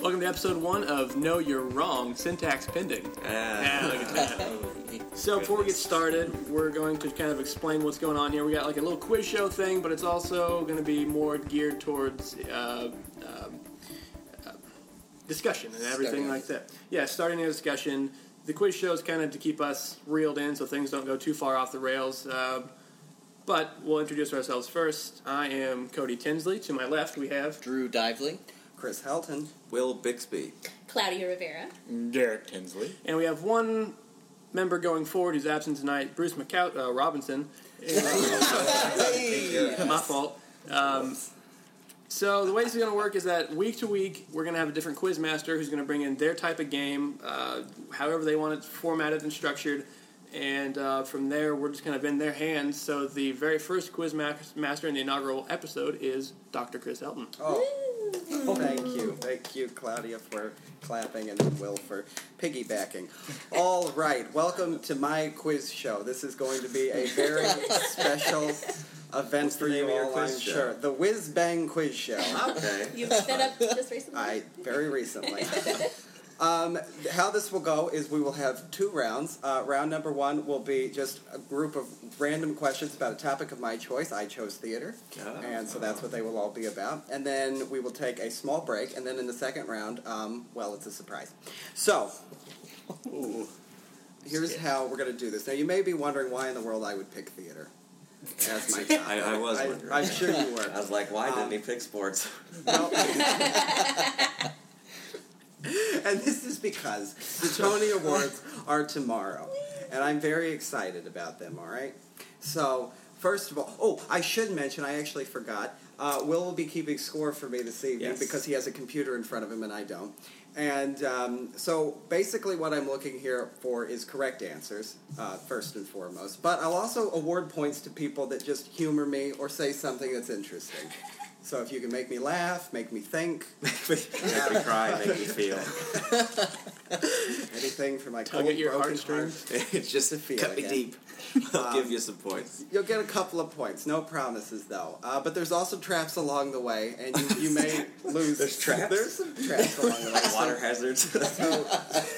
Welcome to episode one of No You're Wrong, Syntax Pending. Yeah, look at that. So before we get started, we're going to kind of explain what's going on here. We got like a little quiz show thing, but it's also going to be more geared towards uh, um, uh, discussion and everything Starting. like that. Yeah, starting a discussion. The quiz show is kind of to keep us reeled in so things don't go too far off the rails. Uh, but we'll introduce ourselves first. I am Cody Tinsley. To my left, we have Drew Dively. Chris Helton. Will Bixby. Claudia Rivera. Derek Tinsley. And we have one member going forward who's absent tonight, Bruce McCow- uh, Robinson. My fault. Um, so the way this is going to work is that week to week, we're going to have a different quiz master who's going to bring in their type of game, uh, however they want it formatted and structured. And uh, from there, we're just kind of in their hands. So the very first quiz ma- master in the inaugural episode is Dr. Chris Elton. Oh, thank you. Thank you, Claudia, for clapping and Will for piggybacking. All right, welcome to my quiz show. This is going to be a very special event for name you of your all, quiz I'm show? sure. The Whiz Bang Quiz Show. Okay. You set up just recently. I very recently. um, how this will go is we will have two rounds. Uh, round number one will be just a group of random questions about a topic of my choice. I chose theater, Oh. and so that's what they will all be about. And then we will take a small break, and then in the second round, um, well, it's a surprise. So. Here's how we're going to do this. Now, you may be wondering why in the world I would pick theater as my topic. I, I was wondering. I'm sure you were. I was like, why Um, didn't he pick sports? Well- and this is because the Tony Awards are tomorrow. And I'm very excited about them, all right? So, first of all, oh, I should mention, I actually forgot. Uh, Will will be keeping score for me this evening Yes. because he has a computer in front of him and I don't. And um, so basically, what I'm looking here for is correct answers, uh, first and foremost. But I'll also award points to people that just humor me or say something that's interesting. So if you can make me laugh, make me think, Make me cry, make me feel. anything for my Tug cold, at your broken heartstrings. heart. it's just To feel cut me again. deep. I'll give you some points. You'll get a couple of points, no promises though. Uh, but there's also traps along the way, and you, you may lose. There's traps? There's some traps along the way. So- Water hazards.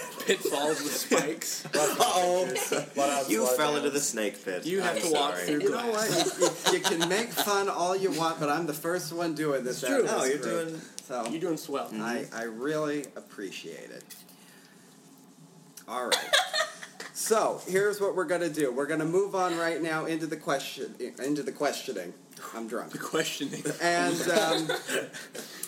Pitfalls with spikes. you fell into the snake pit. You have I'm to walk sorry. through You know what? You, you- you can make fun all you want, but I'm the first one doing this. out of No, this you're group. doing. So You're Oh, doing swell. I, I really appreciate it. All right. so here's what we're gonna do. We're gonna move on right now into the question into the questioning. I'm drunk. The questioning. And um,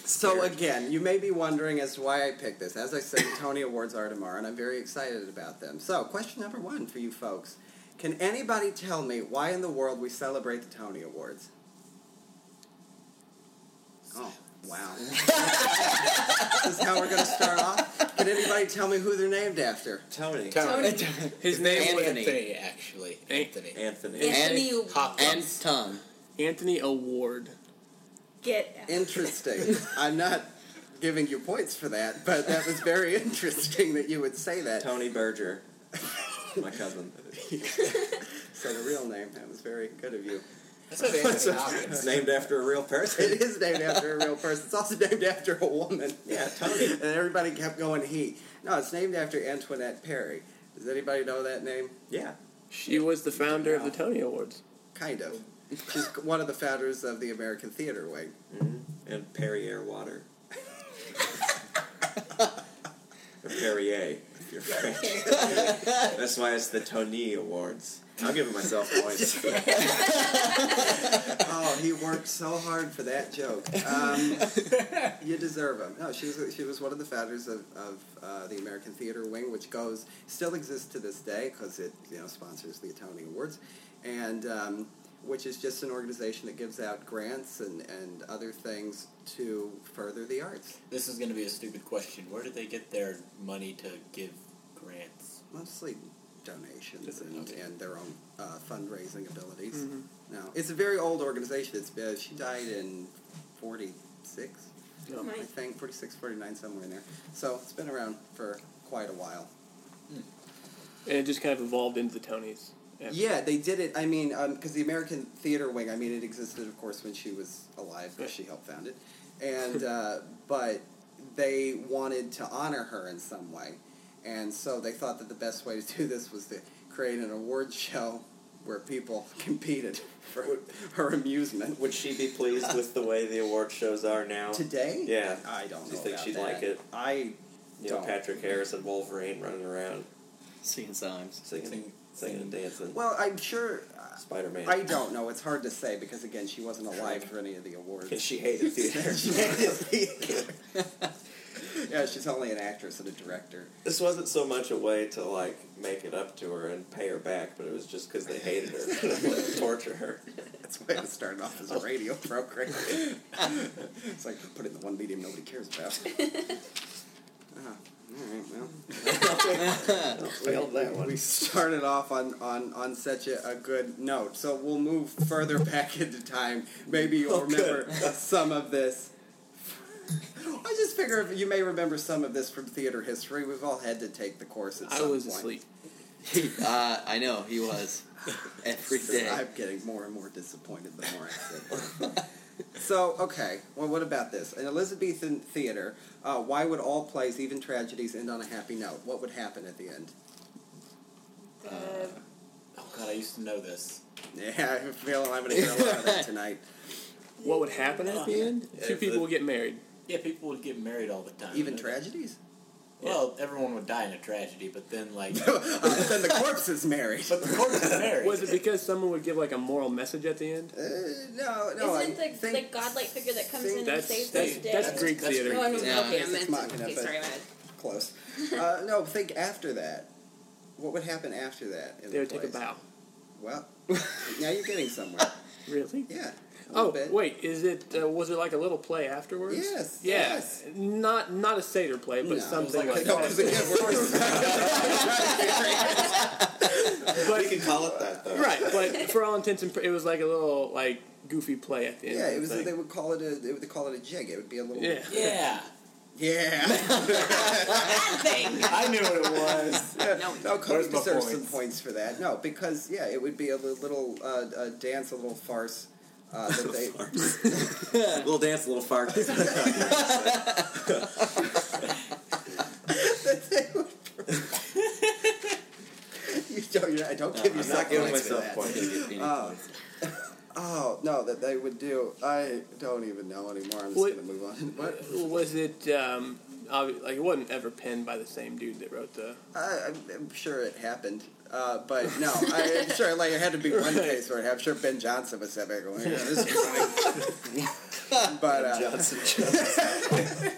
so again, you may be wondering as to why I picked this. As I said, the Tony Awards are tomorrow, and I'm very excited about them. So, question number one for you folks: Can anybody tell me why in the world we celebrate the Tony Awards? Oh, wow! this is how we're going to start off. Can anybody tell me who they're named after? Tony. His name was Anthony, actually. Anthony. Anthony. Anthony And Hopkins. Hopkins. Tom. Anthony Award. Get out. Interesting. I'm not giving you points for that, but that was very interesting that you would say that. Tony Berger. My cousin. said a real name. That was very good of you. That's what Anthony Hopkins. It's named after a real person. It is named after a real person. It's also named after a woman. Yeah, Tony. And everybody kept going he. No, it's named after Antoinette Perry. Does anybody know that name? Yeah. She was the founder of the Tony Awards. Kind of. She's one of the founders of the American Theater Wing. And Perrier water. or Perrier, if you're French. That's why it's the Tony Awards. I'm giving myself points. Oh, he worked so hard for that joke. Um, you deserve him. No, she was she was one of the founders of, of uh, the American Theater Wing, which goes still exists to this day because it you know sponsors the Tony Awards, and um, which is just an organization that gives out grants and, and other things to further the arts. This is going to be a stupid question. Where did they get their money to give grants? mostly donations Just- and, okay. and their own uh, fundraising abilities. No, it's a very old organization. It's been, she died in 46, Oh I my. think, 46, 49, somewhere in there. So it's been around for quite a while. And it just kind of evolved into the Tonys. Yeah, they did it. I mean, because the American Theater Wing, I mean, it existed, of course, when she was alive, because she helped found it. And, uh, but they wanted to honor her in some way. And so they thought that the best way to do this was to create an award show where people competed for her amusement. Would she be pleased with the way the award shows are now? Today? Yeah. I don't know. Do you think about she'd that. like it? I You know, Don't. Patrick Harris and Wolverine running around Seeing times. singing, singing and dancing. well, I'm sure. Spider Man. I don't know. It's hard to say because again, she wasn't alive for any of the Because awards. she hated theater. yeah, she's only an actress and a director. this wasn't so much a way to like make it up to her and pay her back, but it was just because they hated her, torture her. That's why it started off as a radio program. it's like put it in the one medium nobody cares about. Ah, all right, well. Failed that We one. started off on, on, on such a, a good note, so we'll move further back into time. Maybe you'll Oh, good. remember some of this. I just figure if you may remember some of this from theater history. We've all had to take the course at I some was point. asleep. Uh, I know he was every day. I'm getting more and more disappointed the more I sit. so, okay, well, what about this? An Elizabethan theater, uh, why would all plays, even tragedies, end on a happy note? What would happen at the end? The- Oh god, I used to know this. Yeah, I feel I'm going to hear a lot of that tonight. What would happen at the end? Yeah, Two if people the- would get married. Yeah, people would get married all the time. Even They- tragedies? Well, everyone would die in a tragedy, but then like, Uh, then the corpse is married. but the corpse is married. Was it because someone would give like a moral message at the end? Uh, no, no. Isn't I it the, think the godlike figure that comes think in and that's- saves that's- the day? that's Greek That's- theater. Oh, I was, Yeah. okay, I It's meant. machina, Okay, but- sorry, my bad. Close. Uh, no, think after that. What would happen after that? in They the would take a plays? bow. Well, now you're getting somewhere. Really? Yeah. a little Oh bit. wait, is it uh, was it like a little play afterwards? Yes, Yeah. yes. Not not a satyr play, but No. something It like, was No, 'cause again, we're- we can call it that though. right. But for all intents and pur- it was like a little like goofy play at the end. yeah, it was. Like, They would call it a. They would call it a jig. It would be a little. yeah. Yeah, Yeah. I knew what it was. no, no Cody Where's my deserves some points? points for that. No, because yeah, it would be a li- little uh, a dance, a little farce. Uh, that they, little dance, little fart. you don't, you're, I don't give I'm yourself not giving points for that. myself points. Uh, Oh no, that they would do. I don't even know anymore. I'm just What- gonna move on. What? Was it um, obvi- like it wasn't ever penned by the same dude that wrote the? I, I'm, I'm sure it happened, uh, but no, I, I'm sure like it had to be one case where I'm sure Ben Johnson was sitting there going, "Yeah, this is funny." but uh, Johnson, Johnson.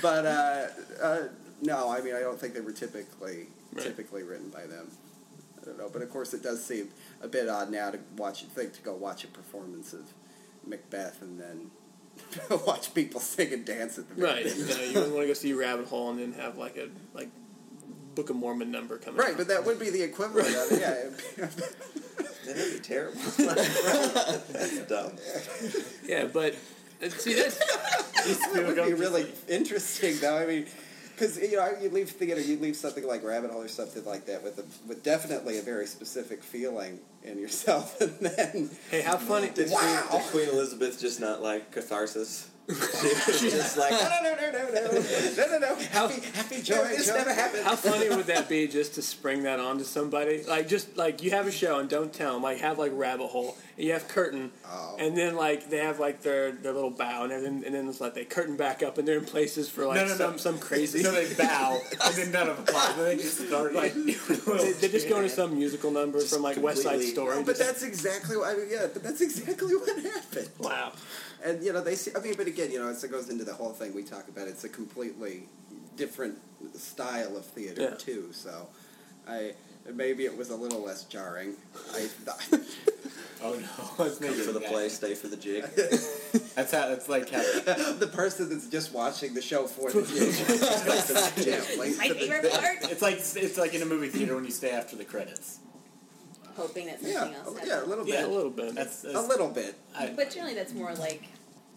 but uh, uh, no, I mean I don't think they were typically Right. typically written by them. I don't know, but of course it does seem a bit odd now to watch think to go watch a performance of Macbeth and then watch people sing and dance at the very Right. you, know, you wouldn't want to go see Rabbit Hole and then have like a like Book of Mormon number coming. Right, out. but that would be the equivalent of yeah. it'd be- That'd be terrible. That's dumb. yeah, but uh, see that's It would be really interesting, though. I mean, because you know, you leave theater, you leave something like Rabbit Hole or something like that with a, with definitely a very specific feeling in yourself, and then hey, how funny! Did, Wow. Queen, did Queen Elizabeth just not like catharsis? She just like no, no, no, no, no, no, no, no, happy, happy, joy, No, this joy. never happened. How funny would that be just to spring that onto somebody? Like, just like you have a show and don't tell them. Like, have like rabbit hole and you have curtain, Oh. and then like they have like their their little bow and then and then it's like they curtain back up and they're in places for like No, no, no. some some crazy. So they bow, and then none of them applaud. Then they just start like. they, they're just going to some musical number from like West Side completely- Story. No, but that's exactly what I mean. Yeah, but that's exactly what happened. wow. And you know, they see. I mean, but again, you know, it's, it goes into the whole thing we talk about. It's a completely different style of theater Yeah. too. So, I maybe it was a little less jarring. I, Oh no! Let's come make it for the that. play, stay for the jig. That's how. That's like how. the person that's just watching the show for the view. yeah, like, My favorite part? It's like it's like in a movie theater when you stay after the credits. Hoping that something yeah, oh, else yeah, a happens. little Yeah, a bit, little bit. That's, that's a little bit. I, But generally, that's more like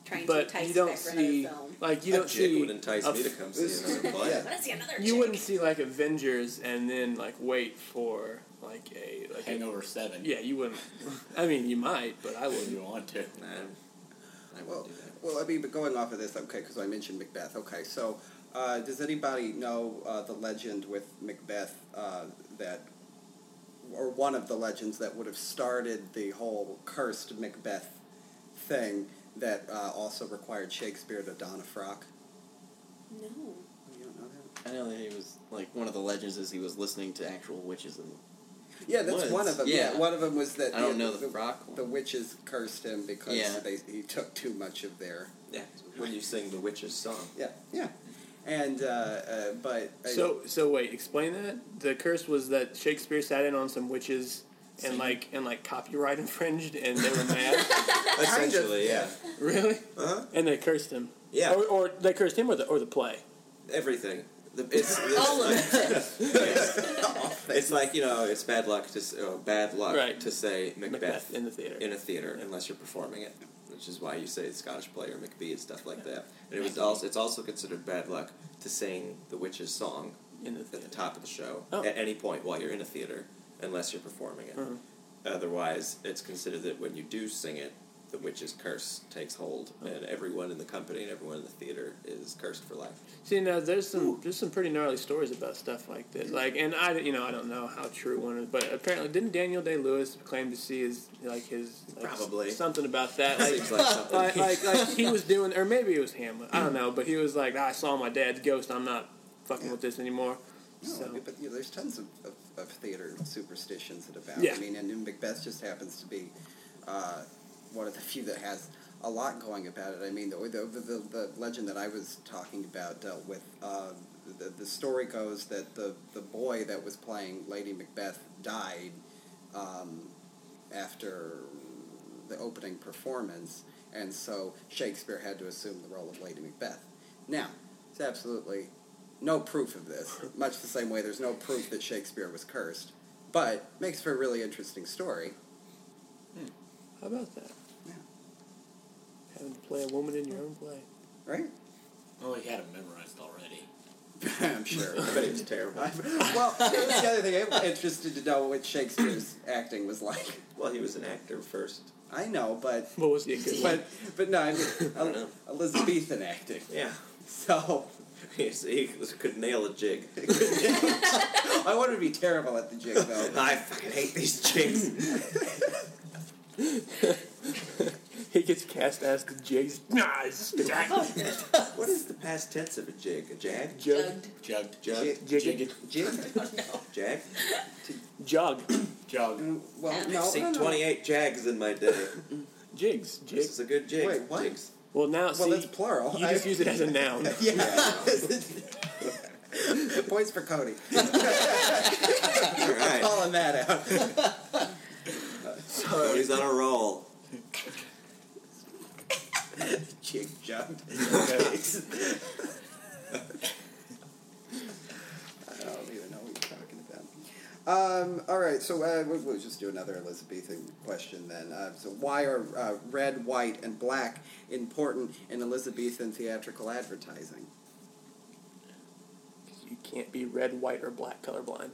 trying to but entice you you don't back for another see film. like you That don't jig see would entice a me to come see another play. Yeah. Let's see another You chick. wouldn't see like Avengers and then like wait for like a like a, Hangover Seven. yeah you wouldn't. I mean you might, but I If wouldn't. you want to. Nah, I won't Well, do that. well, I mean, but going off of this, okay, because I mentioned Macbeth. Okay, so uh, does anybody know uh, the legend with Macbeth uh, that, or one of the legends that would have started the whole cursed Macbeth thing that uh, also required Shakespeare to don a frock? No. You don't know that? I know that he was like one of the legends is he was listening to actual witches and Yeah, that's Woods. one of them. Yeah. one of them was that I don't yeah, know the frock one. The witches cursed him because Yeah. they, he took too much of their Yeah, when you sing the witch's song. yeah yeah, and uh, uh, but I- So so wait, explain that. The curse was that Shakespeare sat in on some witches and like and like copyright infringed, and they were mad. Essentially, yeah. really? Uh-huh. And they cursed him. Yeah. Or, or they cursed him or the or the play. Everything. The- It's, it's, All of like, it. it's like, you know, it's bad luck to s- uh, bad luck Right. to say Macbeth, Macbeth in the theater. in a theater unless you're performing it, which is why you say Scottish play or Macbeth and stuff like that. And it was also it's also considered bad luck to sing the witch's song in the at the theater. top of the show Oh. at any point while you're in a theater unless you're performing it. Mhm. Otherwise, it's considered that when you do sing it, the witch's curse takes hold, Oh. and everyone in the company and everyone in the theater is cursed for life. See now, there's some there's some pretty gnarly stories about stuff like this. Like, and I you know I don't know how true one is, but apparently didn't Daniel Day Lewis claim to see his like his like, Probably. something about that. Like, Seems like something. like, like, like he was doing, or maybe it was Hamlet. I don't know, but he was like, I saw my dad's ghost. I'm not fucking with this anymore. No, So- but you know, there's tons of, of, of theater superstitions that abound. Yeah. I mean, and New Macbeth just happens to be uh, one of the few that has a lot going about it. I mean, the, the, the, the legend that I was talking about dealt with. Uh, the, the story goes that the, the boy that was playing Lady Macbeth died um, after the opening performance, and so Shakespeare had to assume the role of Lady Macbeth. Now, it's absolutely no proof of this, much the same way there's no proof that Shakespeare was cursed, but makes for a really interesting story. How about that? Yeah. Having to play a woman in your own play. Right? Oh, he had him memorized already. I'm sure. I bet it was terrible. well, that's the other thing. I'm interested to know what Shakespeare's acting was like. Well, he was an actor first. I know, but What was the good one? but but no, I mean don't know. Elizabethan acting. Yeah, So he, was- he was- could nail a jig. I wanted to be terrible at the jig though. I fucking hate these jigs. He gets cast as the jigs. Nah, it's jack. what is the past tense of a jig? A jag? Jug. Jugged. Jugged. Jig. Jug? Jig? Jag? Jug. Jug. Mm, Well, no, I've seen no, no. 28 Oh, jags in my day. Jigs. this Jigs. is a good jig. Wait, what? Jigs. Well, now, Well, see, that's plural. you just use it as a noun. yeah. Points for Cody. All right. Calling that out. Cody's on a roll. Jig jumped. I don't even know what you're talking about. Um, all right, so uh, we'll, we'll just do another Elizabethan question then. Uh, so, why are uh, red, white, and black important in Elizabethan theatrical advertising? You can't be red, white, or black colorblind.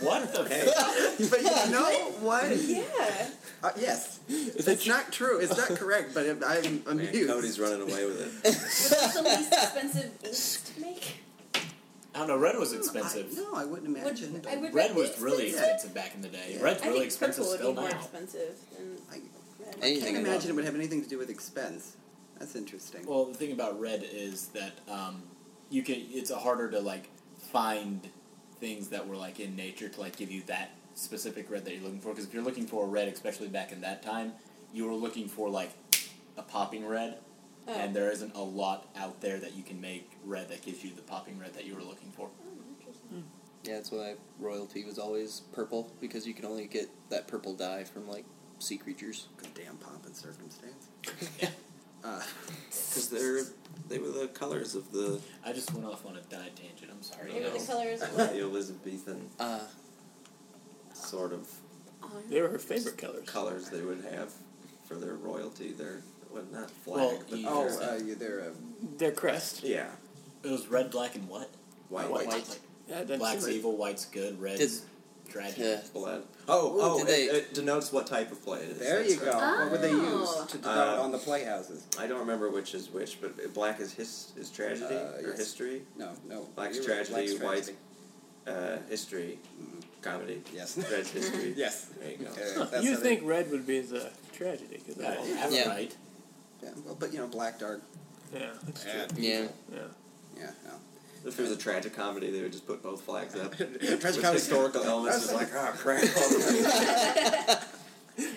What the heck? But you know what? Yeah. Uh, yes, it's not true. It's not correct. But I'm, I'm Man, amused. Cody's running away with it. Was that the least expensive ink to make? I don't know. Red was I, expensive. no, I wouldn't imagine. Would, but I would Red rate was this really expensive. expensive back in the day. Yeah. Red's I really think expensive purple would be still more now. expensive than I red. Anything can't at all. imagine it would have anything to do with expense. That's interesting. Well, the thing about red is that um, you can. It's harder to like find things that were like in nature to like give you that specific red that you're looking for. Because if you're looking for a red, especially back in that time, you were looking for like a popping red, Oh. and there isn't a lot out there that you can make red that gives you the popping red that you were looking for. Oh, interesting. Yeah, that's why royalty was always purple because you could only get that purple dye from like sea creatures. Good damn pomp and circumstance. Yeah. Uh, Because they're, they were the colors of the, I just went off on a dye tangent. I'm sorry. What were the know. colors? of what? the Elizabethan Uh, sort of Oh, no. They were her favorite colors. colors they would have for their royalty, their, well, not flag, Well, but you- oh, their- uh, you there. Uh, Their crest. yeah. It was red, black, and what? White. White. Yeah, it doesn't Black's seem right. evil, white's good, red's did Tragic. Yeah. Blood. Oh, Ooh, oh, did it, they- it denotes what type of play it is. There That's you go. right. Oh. What would they use to denote Uh, on the playhouses? I don't remember which is which, but it- black is his is tragedy Uh, or yes. history. No, no. Black's you were- tragedy, Black's white's tragedy. uh, history, comedy. Yes. Red's history. Yes. There you go. Uh, that's you how they- think red would be the tragedy? 'cause Yeah, that- that's Yeah. right. Yeah, well, but you know, black, dark. yeah, that's true. Yeah. Yeah. Yeah. Yeah. No. If it was a tragic comedy, they would just put both flags up. Tragic With comedy. historical elements is like, ah, crap.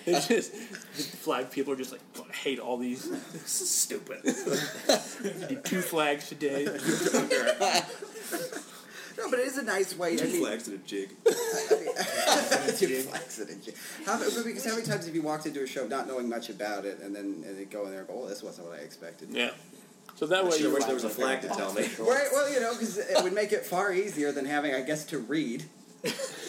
It's just the flag people are just like "Fuck, I hate all these. This is stupid. We do two flags today. No, but it is a nice way. I Two mean, flags and a jig. Two flags and a jig. How, but because how many times have you walked into a show not knowing much about it and then and then go in there and go, oh, this wasn't what I expected. Yeah. So that I way sure you wish there was a flag to tell me. Right, well, you know, because it would make it far easier than having, I guess, to read.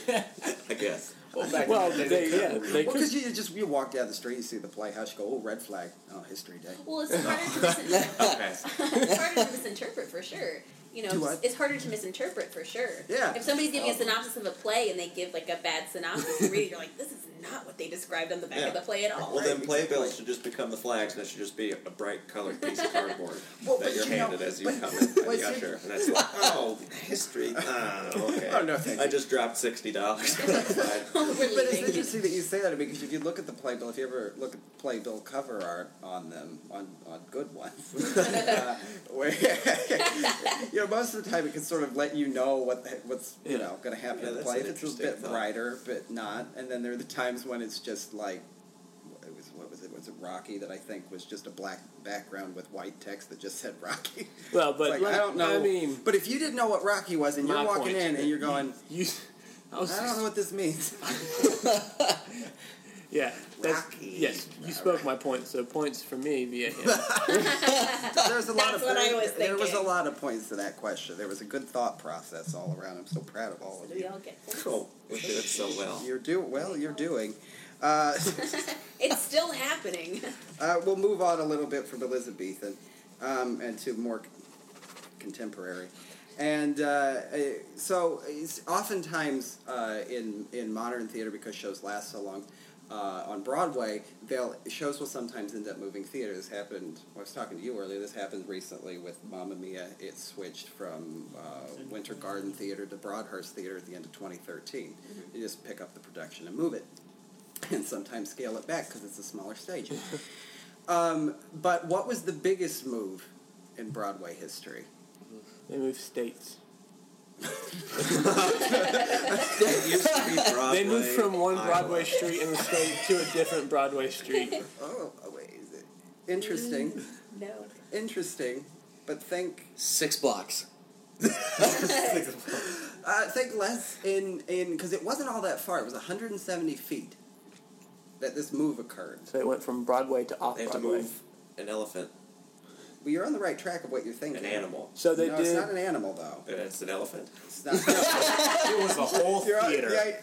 I guess. Well, back Well, in the day, they yeah couldn't they Well, could because you just you walk down the street, you see the playhouse, you go, oh, red flag, oh, history day. Well, it's harder to misinterpret. Okay. it's harder to misinterpret for sure. You know, To it's, what? it's harder to misinterpret for sure. Yeah. Oh. If somebody's giving a synopsis of a play and they give like a bad synopsis, you read it, you're like, this is not what they described on the back Yeah. of the play at all. Well, then playbills should just become the flags, and it should just be a bright colored piece of cardboard Well, but that you're you know- handed as you but- come in by but the you- usher. And it's like, oh, history. Oh, okay. Oh, no, thank I you. just dropped $60. Fine. We're But it's leaving. interesting that you say that because if you look at the playbill, if you ever look at playbill cover art on them, on, on good ones, uh, where you know most of the time it can sort of let you know what the- what's you know going to happen Yeah, in the that's play. an If it's a interesting bit thought. brighter, but not, and then there are the times when it's just like. It was, what was it? Was it Rocky that I think was just a black background with white text that just said Rocky? well, but It's like, I don't know. I mean, but if you didn't know what Rocky was, and My you're walking point. Oh, in and you're going, you. I was I don't know what this means. yeah. That's, Rocky. yes, you spoke my point. So points for me via him. There's a lot That's of what I was there was a thinking. lot of points to that question. There was a good thought process all around. I'm so proud of all of we you. all get this. Cool. We did it so well. You're do well. You're doing. Uh, It's still happening. uh, we'll move on a little bit from Elizabethan um, and to more c- contemporary. And uh, uh, so, it's oftentimes uh, in in modern theater, because shows last so long uh, on Broadway, they'll shows will sometimes end up moving theater. This happened. I was talking to you earlier. This happened recently with Mamma Mia. It switched from uh, Winter Garden Theater to Broadhurst Theater at the end of 2013. You just pick up the production and move it, and sometimes scale it back because it's a smaller stage. um, but what was the biggest move in Broadway history? They move states. It used to be Broadway, They moved from one Iowa. Broadway street in the state to a different Broadway street. Oh, oh, wait, is it- Mm. interesting, No. interesting. But think, Six blocks. uh, think less in in because it wasn't all that far. It was 170 feet that this move occurred. So it went from Broadway to off They have to Broadway. move an elephant, Well, you're on the right track of what you're thinking. an animal. So they no, did. it's not an animal though. And it's an elephant. It's not. no, It was a whole you're on- theater. yeah,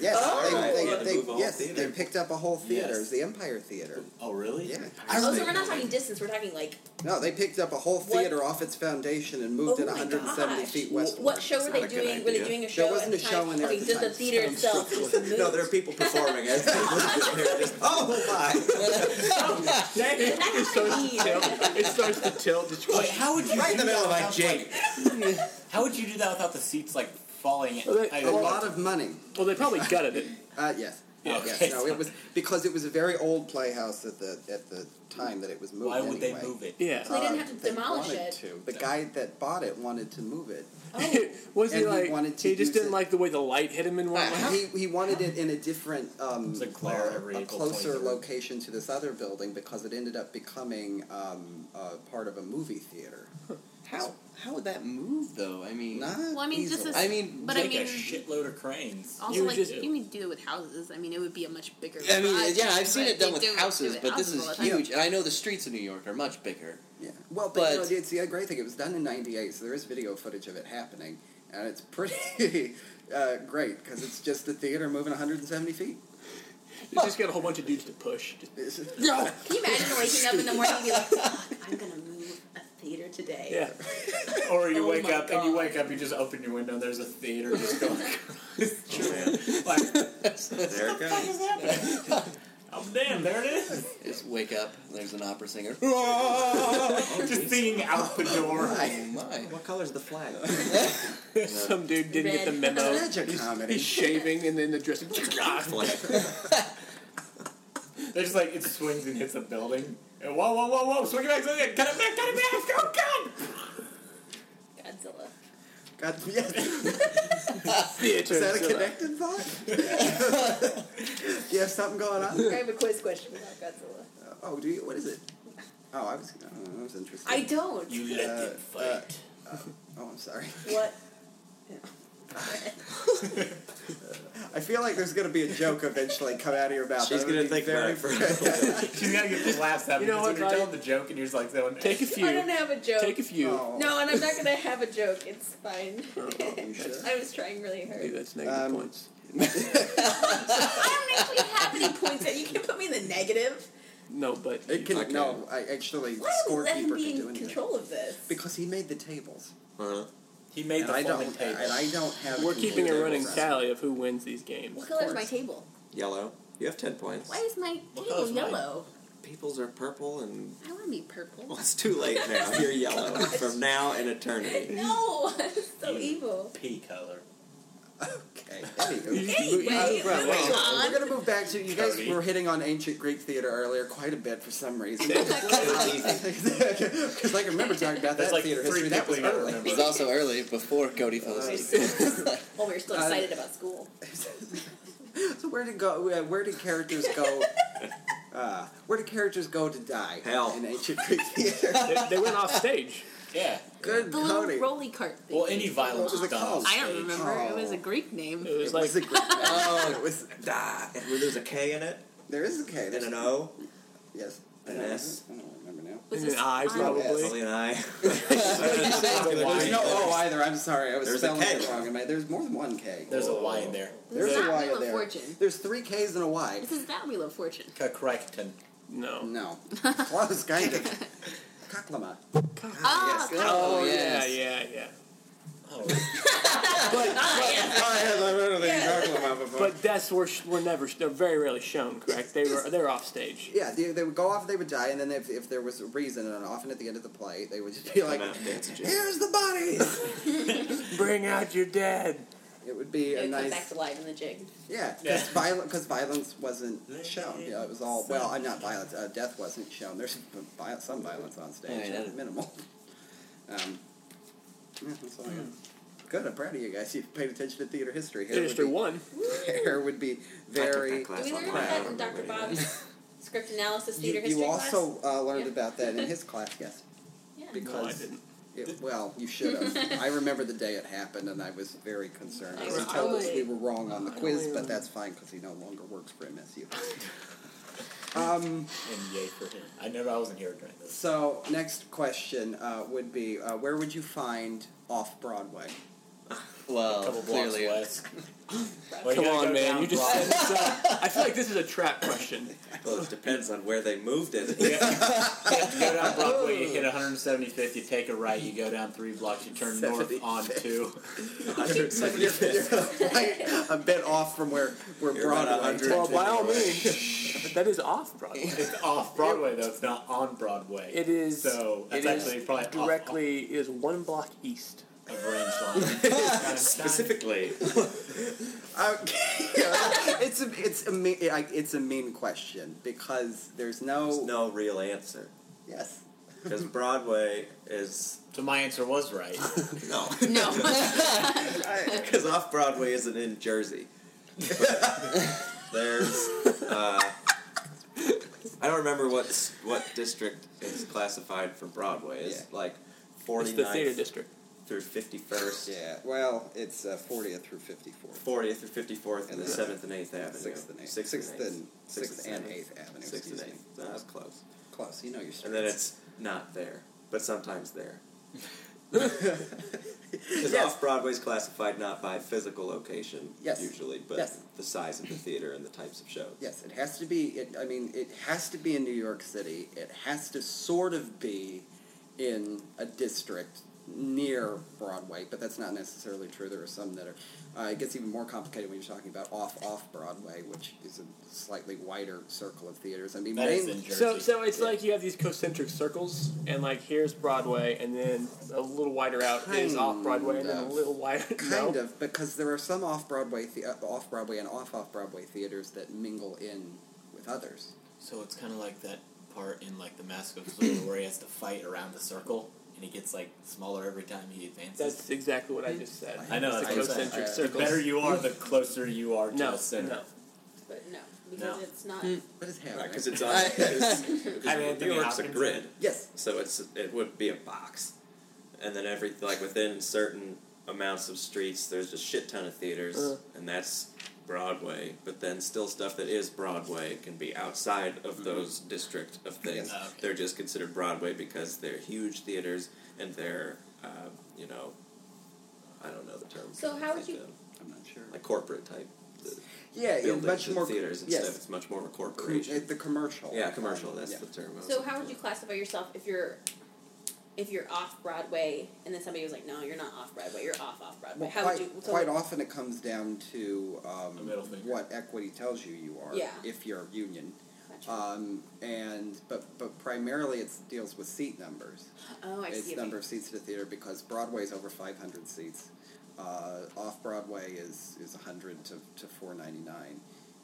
Yes, Oh. right, they, yeah, they, to they- move all yes, theater. they picked up a whole theater. Yes. It was the Empire Theater. Oh, really? Yeah. Oh, so we're not talking distance. We're talking like. No, they picked up a whole What- theater off its foundation and moved oh it my 170 gosh. feet westward. What show were It's they not a good doing? Were they idea. doing a show? There wasn't at a the show time? in there at Okay, the just the time. theater itself. just moved. No, there are people performing as they move. They're just, oh my! it, starts to tilt. it starts to tilt. It's Wait, how would you Right in do the middle that of my without, jig. like- how would you do that without the seats like falling? Well, they- I- A lot of money. Well, they probably gutted it. Uh, yes. Okay. Yes. No, it was because it was a very old playhouse at the at the time that it was moved. Why would anyway. they move it? Yeah. Oh. So they didn't have to They demolish wanted it. to. The guy that bought it wanted to move it. was he And he like? wanted to he just use didn't it- like the way the light hit him in one. way. he, he wanted it in a different, um, It's like Claire uh, every a April closer 23rd. location to this other building because it ended up becoming um, uh, part of a movie theater. How how would that move though? I mean, Not Well, I mean, just easily. as- I mean, But I like a mean- shitload of cranes. Also, You like just- you can do it with houses. I mean, it would be a much bigger. I mean, project, yeah, I've seen but it done they with do it- houses, do it but this houses all is the time. huge, and I know the streets in New York are much bigger. Yeah. Well, but, you But- know, it's the great thing. It was done in '98, so there is video footage of it happening, and it's pretty uh, great because it's just the theater moving 170 feet. You just got a whole bunch of dudes to push. It's- No, Can you imagine waking up in the morning and be like, "Fuck, I'm gonna move a theater today? Yeah. or you Oh wake my up and you God. wake up, you just open your window, and there's a theater just going. across. man. like, There it what goes. is happening? "Oh, I'm damn, there it is. Just wake up. and There's an opera singer. Oh Oh, just singing out the door. Oh my! What color's the flag? Some dude didn't get the Red. memo. Magic comedy. He's shaving Um, and then the dressing. They're just like it swings and hits a building. And whoa, whoa, whoa, whoa! Swing it back, swing it back, cut it back, cut it back! Oh God! Godzilla. God, yes. Theater. Is that a connected thought? you have something going on? I have a quiz question about Godzilla. Oh, do you? What is it? Oh, I was. Oh, I was interested. I don't. You uh, let them fight. oh, I'm sorry. what? I feel like there's gonna be a joke eventually come out of your mouth. She's That would gonna be think very Oh. about She's gotta get these laughs out. You know because what, When you're buddy? telling the joke and you're just like, "Someone Take a I don't few. have a joke. Take a few. Oh. no, and I'm not gonna have a joke. It's fine. You should. I was trying really Dude, hard. that's negative Um, points. I don't actually have any points that you can put me in the negative. No, but It can I can. no. I actually Why do we let him scorekeeper be can do in anything control of this? because he made the tables. Uh-huh. He made and the I fucking don't. table. And I don't have. we're control keeping a tables running around. tally of who wins these games. What color is my course. table? Yellow. You have ten points. Why is my What table color's mine? yellow? Peoples are purple and I want to be well, purple. it's too late now. You're yellow from now and eternity. No, so You- evil. pea color. Okay. anywho. You just Anyway, mo- you just run. moving Well, on. Uh, We're gonna move back to you guys Cody. were hitting on ancient Greek theater earlier quite a bit for some reason. Because I can remember talking about That's that like theater three history. That people was you gotta early. remember. It was also early before Cody fell asleep. Well, we Oh, were still Uh, excited about school. so where did go? uh, Where did characters go? Uh, where did characters go to die? Hell. In ancient Greek theater. They, they went off stage. Yeah. Good The Cody. little rolly cart. Thing. Well, any What violence was it is done. called? on I stage. don't remember. It was a Oh. Greek name. It was It like was a Greek- oh, it was. Da. Well, there's a K in it There is a K. and There's an O. Yes. An S. I don't remember now. Was an this eye, on- Oh, probably. Probably an I. There's no O either. I'm sorry. I was There's a spelling K. it wrong. Am I- There's more than one K. There's a Y in there. This There's is a not Y Wheel in of there. Fortune. There's three K's and a Y. This is not Wheel of Fortune. Correcton. No. No. Close, kind of. Kaklama. Ah, yes. Cow- Oh, Oh yeah, yes. yeah, yeah. Oh, I have heard of the Kaklama before. But deaths were sh- were never sh- they're very rarely shown. Correct? They were they were off stage. yeah, they, they would go off, they would die, and then if, if there was a reason, and often at the end of the play, they would just be like, here's the bodies! Bring out your dead. It would be a It comes back nice... to life in the jig. Yeah, Yeah. because violence wasn't shown. Yeah, it was all... Well, uh, not violence. Uh, death wasn't shown. There's vi- some violence on stage. Yeah, yeah. Minimal. Um, yeah, that's all I Hmm. got. Good, I'm proud of you guys. You've paid attention to theater history. Here would Industry be- one. Hair would be very. Do we learn about that in Dr. Bob's script analysis You, theater you history class? also uh, learned Yeah. about that in his class, yes. Yeah. No, I Because didn't. it, well, you should have. I remember the day it happened, and I was very concerned. I He told us really- we were wrong on the quiz, really- but that's fine because he no longer works for MSU. um, and yay for him. I never, I wasn't here during this. so next question uh, would be, uh, where would you find off Broadway? A Well, couple blocks clearly, uh, west. Well, you Oh, Come gotta go on, man. down You just Broadway. set this up. I feel like this is a trap question. Well, it depends on where they moved it. You have to go down Broadway, you hit 175th, you take a right, you go down three blocks, you turn north on two. Like, a bit off from where where You're about Broadway. 100. Well, by all Right. means, but that is off Broadway. It's off Broadway though, it's not on Broadway. It is. so that's it is actually probably off- directly it is one block east. off of Rangeline. Specifically, Okay. uh, it's a it's a mean, I- it's a mean question because there's no, there's no real answer yes. because Broadway is So my answer was right. no no. because off Broadway isn't in Jersey. There's uh, I don't remember what what district is classified for Broadway. It's Yeah. like It's the theater 49th district. through 51st. Yeah. Well, it's uh, 40th through 54th. 40th through 54th and the And then 7th and 8th Avenue. Sixth and eighth. 6th and 8th. and sixth and eighth Avenue. 6th and excuse me. 8th. That was close. Close. You know your streets. And then it's not there, but sometimes there. Because Yes. off Broadway's classified not by physical location Yes. usually, but Yes. the size of the theater and the types of shows. Yes, it has to be. It, I mean, it has to be in New York City. It has to sort of be in a district near Broadway, but that's not necessarily true. There are some that are. Uh, it gets even more complicated when you're talking about off off Broadway, which is a slightly wider circle of theaters. I mean, That is main- in Jersey. So, so it's Yeah. like you have these concentric circles, and like here's Broadway, and then a little wider out is Kind off Broadway, and then a of. little wider. Kind no? of, because there are some off Broadway, the- uh, off Broadway, and off off Broadway theaters that mingle in with others. So it's kind of like that part in like the Mask of Zorro where he has to fight around the circle, and he gets like smaller every time he advances. That's exactly what I just said. I know, It's that's the what I'm saying. concentric I- the circles. better you are, the closer you are to no, the center. no. But no, because No. it's not. What is happening? Because it's on. Because I mean, New Anthony York's a Hopkins. grid, yes, so it's it would be a box, and then every like within certain amounts of streets, there's a shit ton of theaters, Uh. and that's Broadway. But then still stuff that is Broadway can be outside of those district of things. Yes. Oh, okay. They're just considered Broadway because they're huge theaters and they're uh, you know. I don't know the term. um, So how would you- I'm not sure. like corporate type yeah, yeah, buildings Uh, much and more theaters and yes, stuff. It's much more of a com- corporation. uh, the commercial. yeah, commercial. That's Yeah. the term. I was So looking how would for. you classify yourself if you're if you're off Broadway and then somebody was like, "No, you're not off Broadway. You're off off Broadway." Well, how quite, would you? So quite often it comes down to um, A middle finger. what equity tells you you are Yeah. if you're a union. Gotcha. Um, and but but primarily it deals with seat numbers. oh, I it's see. number of seats at a theater because Broadway is over 500 seats. Uh, off Broadway is, is 100 to, to 499,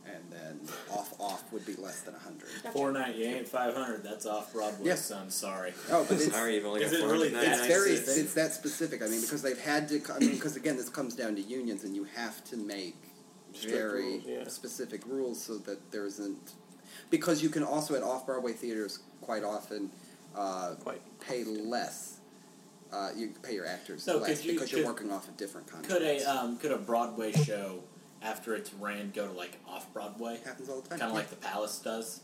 and then off off would be less than 100. Four ninety eight, five hundred. That's off Broadway. Yeah. son. Sorry. Oh, but it's, Sorry, you've only Is got it really 499 that it's very seats. it's, that specific. I mean, because they've had to. co- I mean, because again, this comes down to unions, and you have to make Strict very rules, yeah. specific rules so that there isn't. Because you can also at off Broadway theaters quite often uh, Quite. pay less. Uh, you pay your actors So less could you- because you're could- working off a different contract. Could a um, could a Broadway show after its ran go to like off Broadway, It happens all the time. kind of like the Palace does?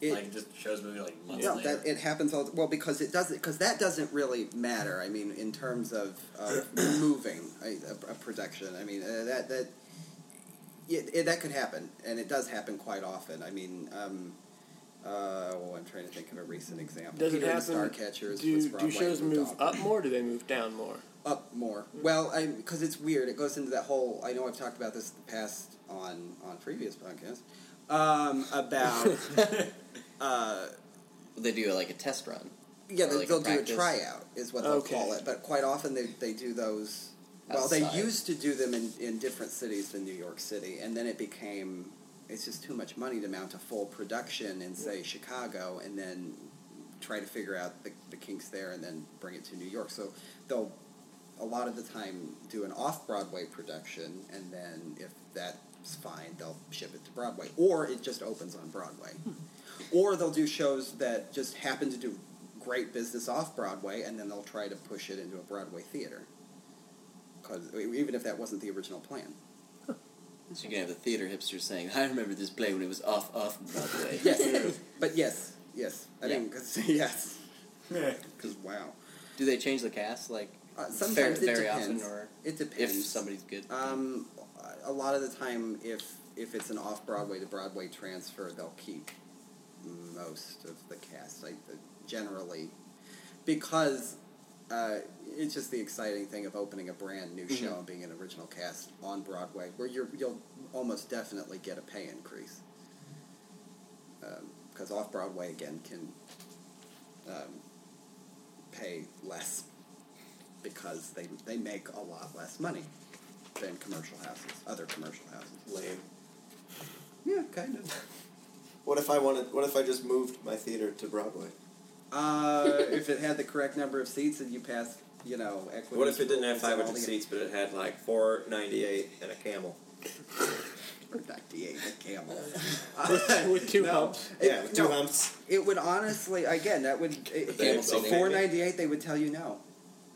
It- like just shows movie like months no, later. that it happens all well because it doesn't because that doesn't really matter. I mean, in terms of uh, moving a, a, a production, I mean uh, that that yeah, it, that could happen, and it does happen quite often. I mean, um, uh, well, I'm trying to think of a recent example. Does it Peter and the happen- Starcatchers was Do, do Broadway shows moved move off. up more? Or do they move down more? up more. Well, I because it's weird. It goes into that whole. I know I've talked about this in the past on on previous podcasts um, about. uh, They do like a test run. Yeah, Or they, like a they'll do a practice. tryout, is what they'll Okay. call it. But quite often they, they do those. Well, they Outside. used to do them in, in different cities than New York City, and then it became it's just too much money to mount a full production in, say, Chicago, and then try to figure out the, the kinks there and then bring it to New York. So they'll a lot of the time do an off Broadway production, and then if that's fine, they'll ship it to Broadway, or it just opens on Broadway, Hmm. or they'll do shows that just happen to do great business off Broadway, and then they'll try to push it into a Broadway theater, because even if that wasn't the original plan. So you're gonna have the theater hipsters saying, "I remember this play when it was off off Broadway." Yes, but yes, yes, I Yeah. mean, cause, yes, Yeah. because wow, Do they change the cast like uh, Fair- sometimes it very depends. often, or it if depends somebody's good? Um, a lot of the time, if if it's an off Broadway to Broadway transfer, they'll keep most of the cast. Like the, generally, because uh, it's just the exciting thing of opening a brand new show and being an original cast on Broadway, where you're, you'll almost definitely get a pay increase. Because off Broadway again can um, pay less because they they make a lot less money than commercial houses, other commercial houses. lame. Yeah, kind of. What if I wanted? What if I just moved my theater to Broadway? Uh, if it had the correct number of seats and you passed, you know, equity. What if it didn't have rules and all 500 the- seats, but it had like 498 and a camel? Not DA, the camel. With, with two No. humps. It- yeah, with two no, humps. It would honestly, again, that would it, they- so they- four ninety eight. They would tell you no.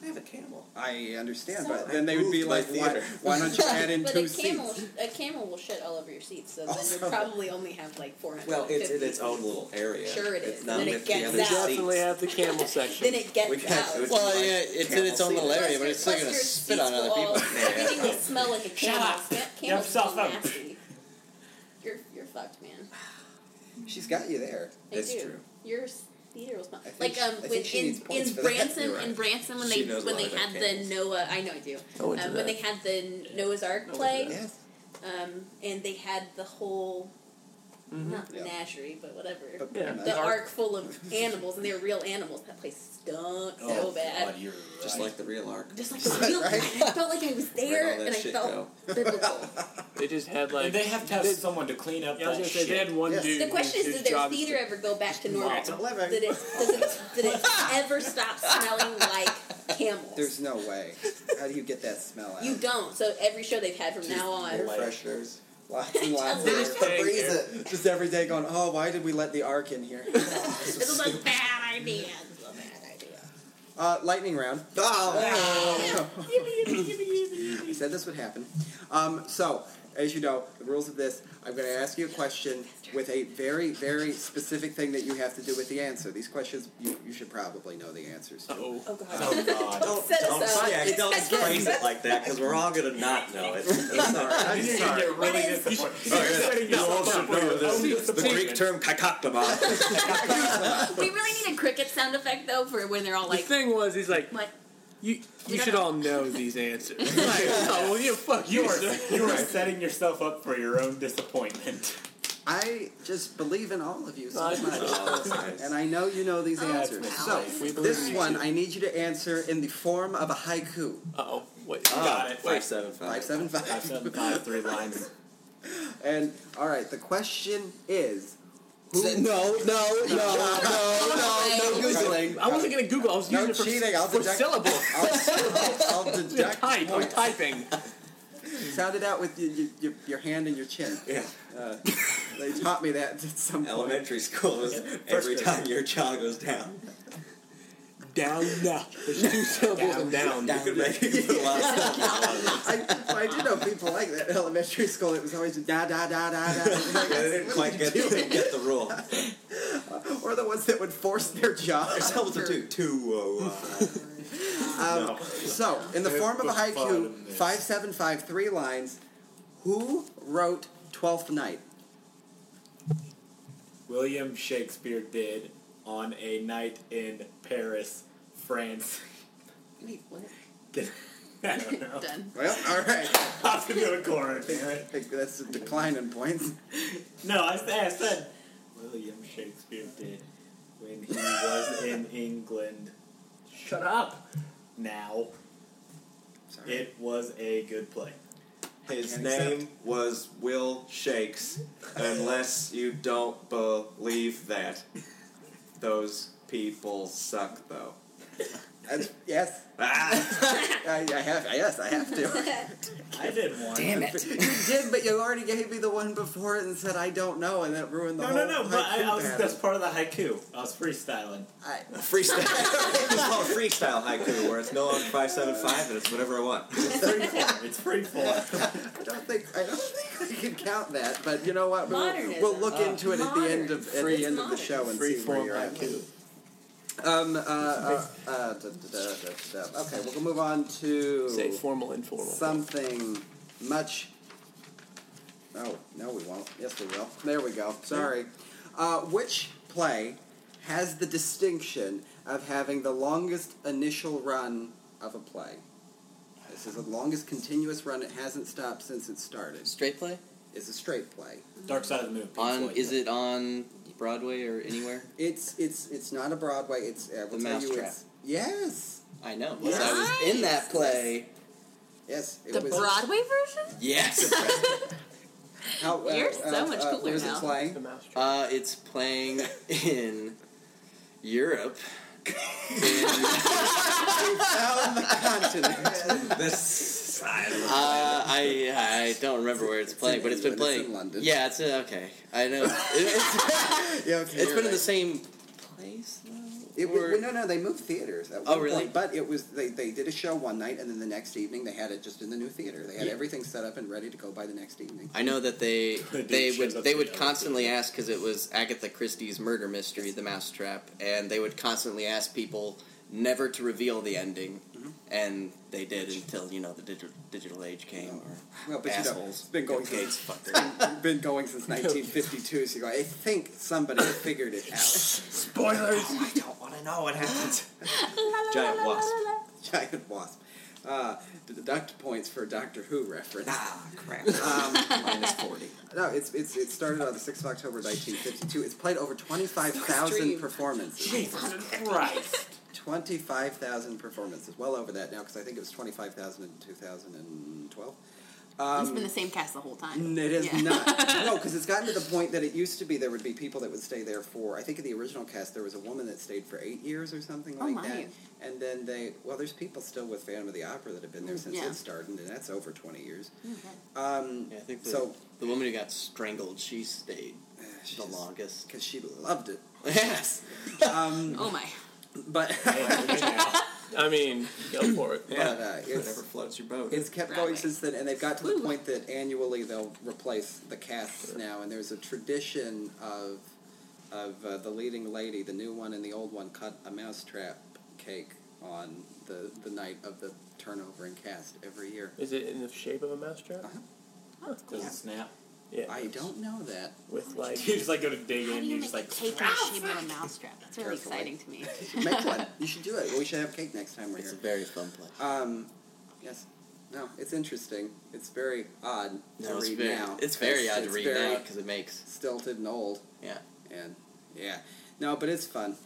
I have a camel. I understand, So- but then they would be Moved my like, why, theater. why don't you add in but two a camel, seats? a camel will shit all over your seats, so then Also- you probably only have like four hundred. Well, it's in its own little area. Sure it It's is, not and then it with gets the other out. seats. Definitely have the camel section. Then it We gets got- out. it's well, like yeah, it's in its own camel little Plus area, your- but it's still plus gonna your spit seats on other will all- people. Everything will smell like a camel. up. Smell- Camels Shut smell up. nasty. You're you're fucked, man. She's got you there. I It's do. true. Your s- theater will sponsor. I think Like she- um, I think with she in needs points in for that. Branson You're right. in Branson when She they knows a when lot they about had candles. the Noah. I know I do. I went to Um, when they that. had the Noah's Ark play, Yes. um, and they had the whole Mhm. not Yeah. menagerie but whatever. But Yeah. pretty The much. ark full of animals, and they were real animals. That place stunk so oh, bad. God, you're Just right. like the real arc. Just like Is the that real, right? I felt like I was Where'd there, all that and I shit felt go? biblical. They just had And like. they have to have they- someone to clean up yeah, I was that gonna say shit. they had one Yes. dude. The question whose is, did their job theater ever go back to normal? It's a living. Did it, does it, did it ever stop smelling like camels? There's no way. How do you get that smell out? you don't. So every show they've had from now air on, fresheners. Lots and lots of They're air just staying Febreze it. Just every day going, oh, why did we let the ark in here? this is a bad idea. This is a bad idea. Uh, lightning round. Oh! I said this would happen. Um, so, as you know, the rules of this, I'm going to ask you a question with a very, very specific thing that you have to do with the answer. These questions, you, you should probably know the answers to. Oh. Oh god. Oh God. Don't, Set us don't, up. yeah, don't phrase it like that because we're all gonna not know it. It's Sorry, I'm You're gonna sorry. get really is- disappointed. term kakakdama. We really need a cricket sound effect though for when they're all The like, thing was, he's like, "What?" you, We you don't should know. all know these answers. like, oh, well, yeah, fuck You you, are sir. you are setting yourself up for your own disappointment. I just believe in all of you so Nice. much. And I know you know these Oh, answers. that's So, nice. We believe this you one too. I need you to answer in the form of a haiku. Oh, wait. Uh, Got it. Five seven Five five. seven five. Five, seven, five, three lines. And all right, the question is, who? No, no, no, no, no, no googling. I wasn't gonna Google. I was No using it for, cheating, I'll for deduct- syllables. I'll, I'll deduct. Type. I'm typing. Sound it out with your, your, your, your hand and your chin. Yeah. Uh, they taught me that at some point. Elementary school is every grade. time your jaw goes down. Down. No. There's two syllables and down. You could make it for the last time. I, I do know people like that in elementary school. It was always da da da da da, They didn't quite get the, get the rule. or the ones that would force their jobs. Tell them to do two. Uh, uh, Um, so, in the It form of a was fun haiku, in this. five seven five three lines. Who wrote Twelfth Night? William Shakespeare did on a night in Paris, France. Wait, what? I don't know. Done. Well, all right. Off to a corner, damn I it. think that's a decline in points. No, I said, I said William Shakespeare did when he was in England. Shut up. Now Sorry. it was a good play. His Can't name accept. was Will Shakes, unless you don't believe that. Those people suck, though. That's- yes, Ah! I, I have. Yes, I have to. I did one. Damn it. you did, but you already gave me the one before it and said I don't know, and that ruined the No, whole. no, no. But I, haiku I was, pattern. that's part of the haiku. I was freestyling. I- Freestyle. it's called freestyle haiku, where it's no longer 575 and it's whatever I want. It's free form. It's free form. I don't think I don't think I can count that, but you know what? We'll, Modernism. we'll look Ah. into it at the Modern. end of at Free- the end of the modern. show and Free see where form you're at. haiku. Um. Uh. uh, uh, da, da, da, da, da. Okay, we'll move on to Say formal, informal. something much. Oh no, we won't. Yes, we will. There we go. Sorry. Uh, which play has the distinction of having the longest initial run of a play? This is the longest continuous run. It hasn't stopped since it started. Straight play? It's a straight play. Dark side of the moon. Pink On Floyd. is it on Broadway or anywhere? It's it's it's not a Broadway. It's uh, we'll The tell you Mousetrap. it's yes I know. 'cause I was in that play. yes. It The was Broadway version? Yes. how, uh, You're so uh, much uh, cooler where's now. it playing? The mouse trap. Uh, it's playing in Europe. Down the continent. This side of Uh, the I I don't remember where it's playing, but it's been England, it's playing. in London. Yeah, it's in, okay. I know. It- it's, yeah, it's okay, you're been in right. the same place. Though, It, Or- well, no, no, they moved theaters at Oh, one really? point, but it was they, they did a show one night, and then the next evening they had it just in the new theater. They had everything set up and ready to go by the next evening. I know that they Dude, they shows would up they to would the other constantly ask because it was Agatha Christie's murder Mm-hmm. mystery, The Mousetrap, and they would constantly ask people never to reveal the ending and they did until you know the digital digital age came. Well, but you know, Assholes. it's been going Gates since been going since 1952. So you go, I think somebody figured it out. Spoilers! I don't want to know what happens. Giant wasp. Giant wasp. Uh, deduct points for Doctor Who reference. Ah, crap. Um, Minus 40. no, it's, it's it started on the 6th of October 1952. It's played over 25,000 Extreme. performances. Jesus Christ. 25,000 performances. Well over that now because I think it was 25,000 in 2012. it's been the same cast the whole time. Mm, It is Yeah. not. No, because it's gotten to the point that it used to be there would be people that would stay there for. I think in the original cast there was a woman that stayed for eight years or something Oh, like my. that. And then they well, there's people still with Phantom of the Opera that have been there since Mm, yeah. it started, and that's over twenty years. Okay. Um, Yeah, I think the, so the woman who got strangled, she stayed the because longest. she loved it. Yes. Um, Oh my. but I mean, go for it. but uh, it's Whatever floats your boat. It's kept Broadway. going since then, and they've got to the point that annually they'll replace the casts now. And there's a tradition of of uh, the leading lady, the new one and the old one, cut a mousetrap cake on the the night of the turnover and cast every year. Is it in the shape of a mousetrap? Uh-huh. Does it snap? Yeah. Uh-huh. I don't know that. With like, You just like go to dig How in. do you You make just like cake in the shape of a mousetrap? That's really Carefully. exciting to me. Make one. You should do it. We should have cake next time we're It's a here. very fun play. Um, yes. No, it's interesting. It's very odd to No, it's read very, now. it's very odd to it's read very now because it makes Stilted and old, yeah. and yeah. No, but it's fun.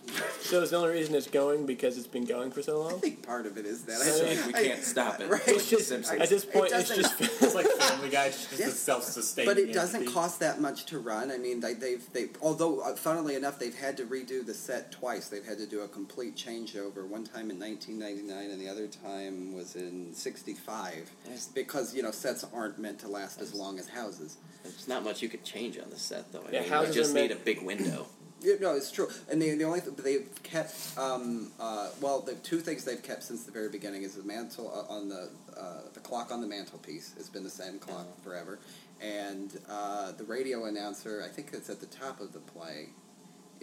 so is the only reason it's going because it's been going for so I long? think part of it is that I, So if we can't stop it. Right. It's It's like just, The at Simpsons. this It point, it's doesn't- just it's like Family Guy. It's just Yes. a self-sustaining. but it doesn't entity. cost that much to run. I mean, they, they've they although uh, funnily enough they've had to redo the set twice. They've had to do a complete changeover. One time in 1999, and the other time was in '65. There's, Because you know sets aren't meant to last as long as houses. there's not much you could change on the set though. I Yeah, mean, houses you just are need meant- a big window. Yeah, no, it's true. And the, the only th- they've kept, um, uh, well, the two things they've kept since the very beginning is the mantle uh, on the uh, the clock on the mantelpiece has been the same clock forever, and uh, the radio announcer I think it's at the top of the play,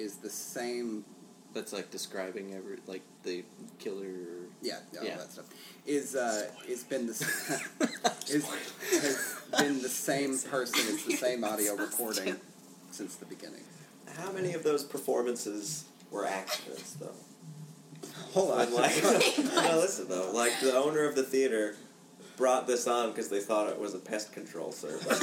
is the same. That's like describing every like the killer. Yeah, all Yeah. that stuff is uh, is been the s- is, has been the same person. It's the same audio recording since the beginning. How many of those performances were accidents, though? Hold on, I'm like, no, listen though. Like the owner of the theater brought this on because they thought it was a pest control service,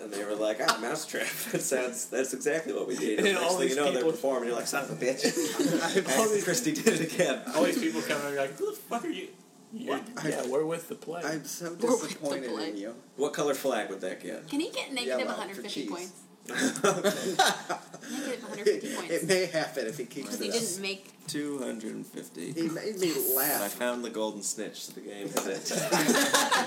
and they were like, "Ah, mousetrap. That sounds. That's exactly what we need." And And all next thing you these know, they're people- performing. You're like, "Son of a bitch!" All these Christie did it again. All these people come and are like, "Who the fuck are you?" Yeah, yeah, we're with the play. I'm so We're with the disappointed in play. you. What color flag would that get? Can he get negative Yellow for 150 cheese. points? okay. Negative it, 150 it points. may happen if he keeps Because it he up. didn't make. Two hundred and fifty. He made me I laugh. found the golden snitch. The game is it. Uh,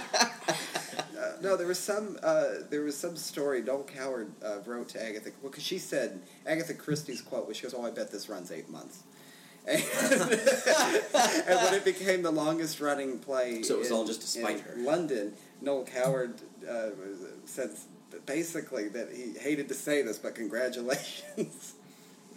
no, there was some uh, there was some story Noel Coward uh, wrote to Agatha because she said Agatha Christie's quote was she goes, "Oh, I bet this runs eight months." And, and when it became the longest running play, So it was in- all just to spite in her. London, Noel Coward uh, said basically that he hated to say this, but congratulations.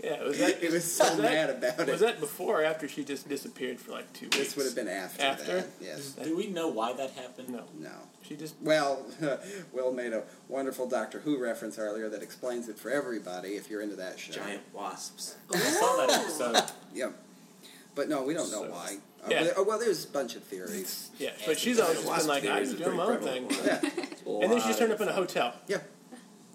yeah, was that, he was so was that- mad about was it. that before or after she just disappeared for like two weeks? This would have been after, After? that. Yes. Do we know why that happened? No, No. she just Well, Will made a wonderful Doctor Who reference earlier that explains it for everybody if you're into that show. Giant wasps. I saw that episode. Yep. But no, we don't know So- why. Uh, Yeah. there- oh, well, there's a bunch of theories. yeah. But she's always just Wasp been like, theory I'm is a doing my own pretty thing, Yeah. prevalent one. and then she Lot just turned of- up in a hotel. Yeah.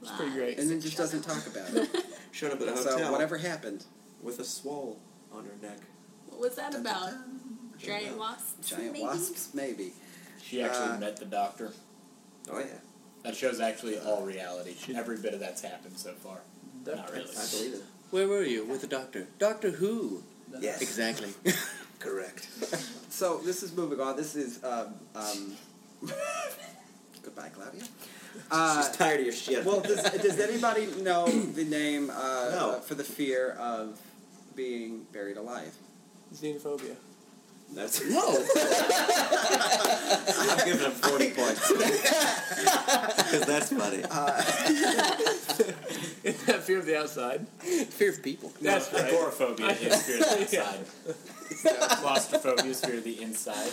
It's pretty great. And then just doesn't talk about it. Showed up at a hotel. so whatever happened, with a swole on her neck. What was that about? Giant wasps? giant maybe? wasps, maybe. She actually Uh, met the doctor. Oh yeah, That show's actually all reality. Every bit of that's happened so far. Not really. I believe it. Where were you with the doctor? Doctor Who? Yes, Exactly. correct. So this is moving on. This is um, um, goodbye, Claudia. Uh, She's tired of your shit. well, does, does anybody know the name uh, No. for the fear of being buried alive? Xenophobia. that's no. I'm giving him forty points because that's funny. Isn't that fear of the outside? Fear of people. That's right. Agoraphobia is fear of the outside. Claustrophobia is fear of the inside.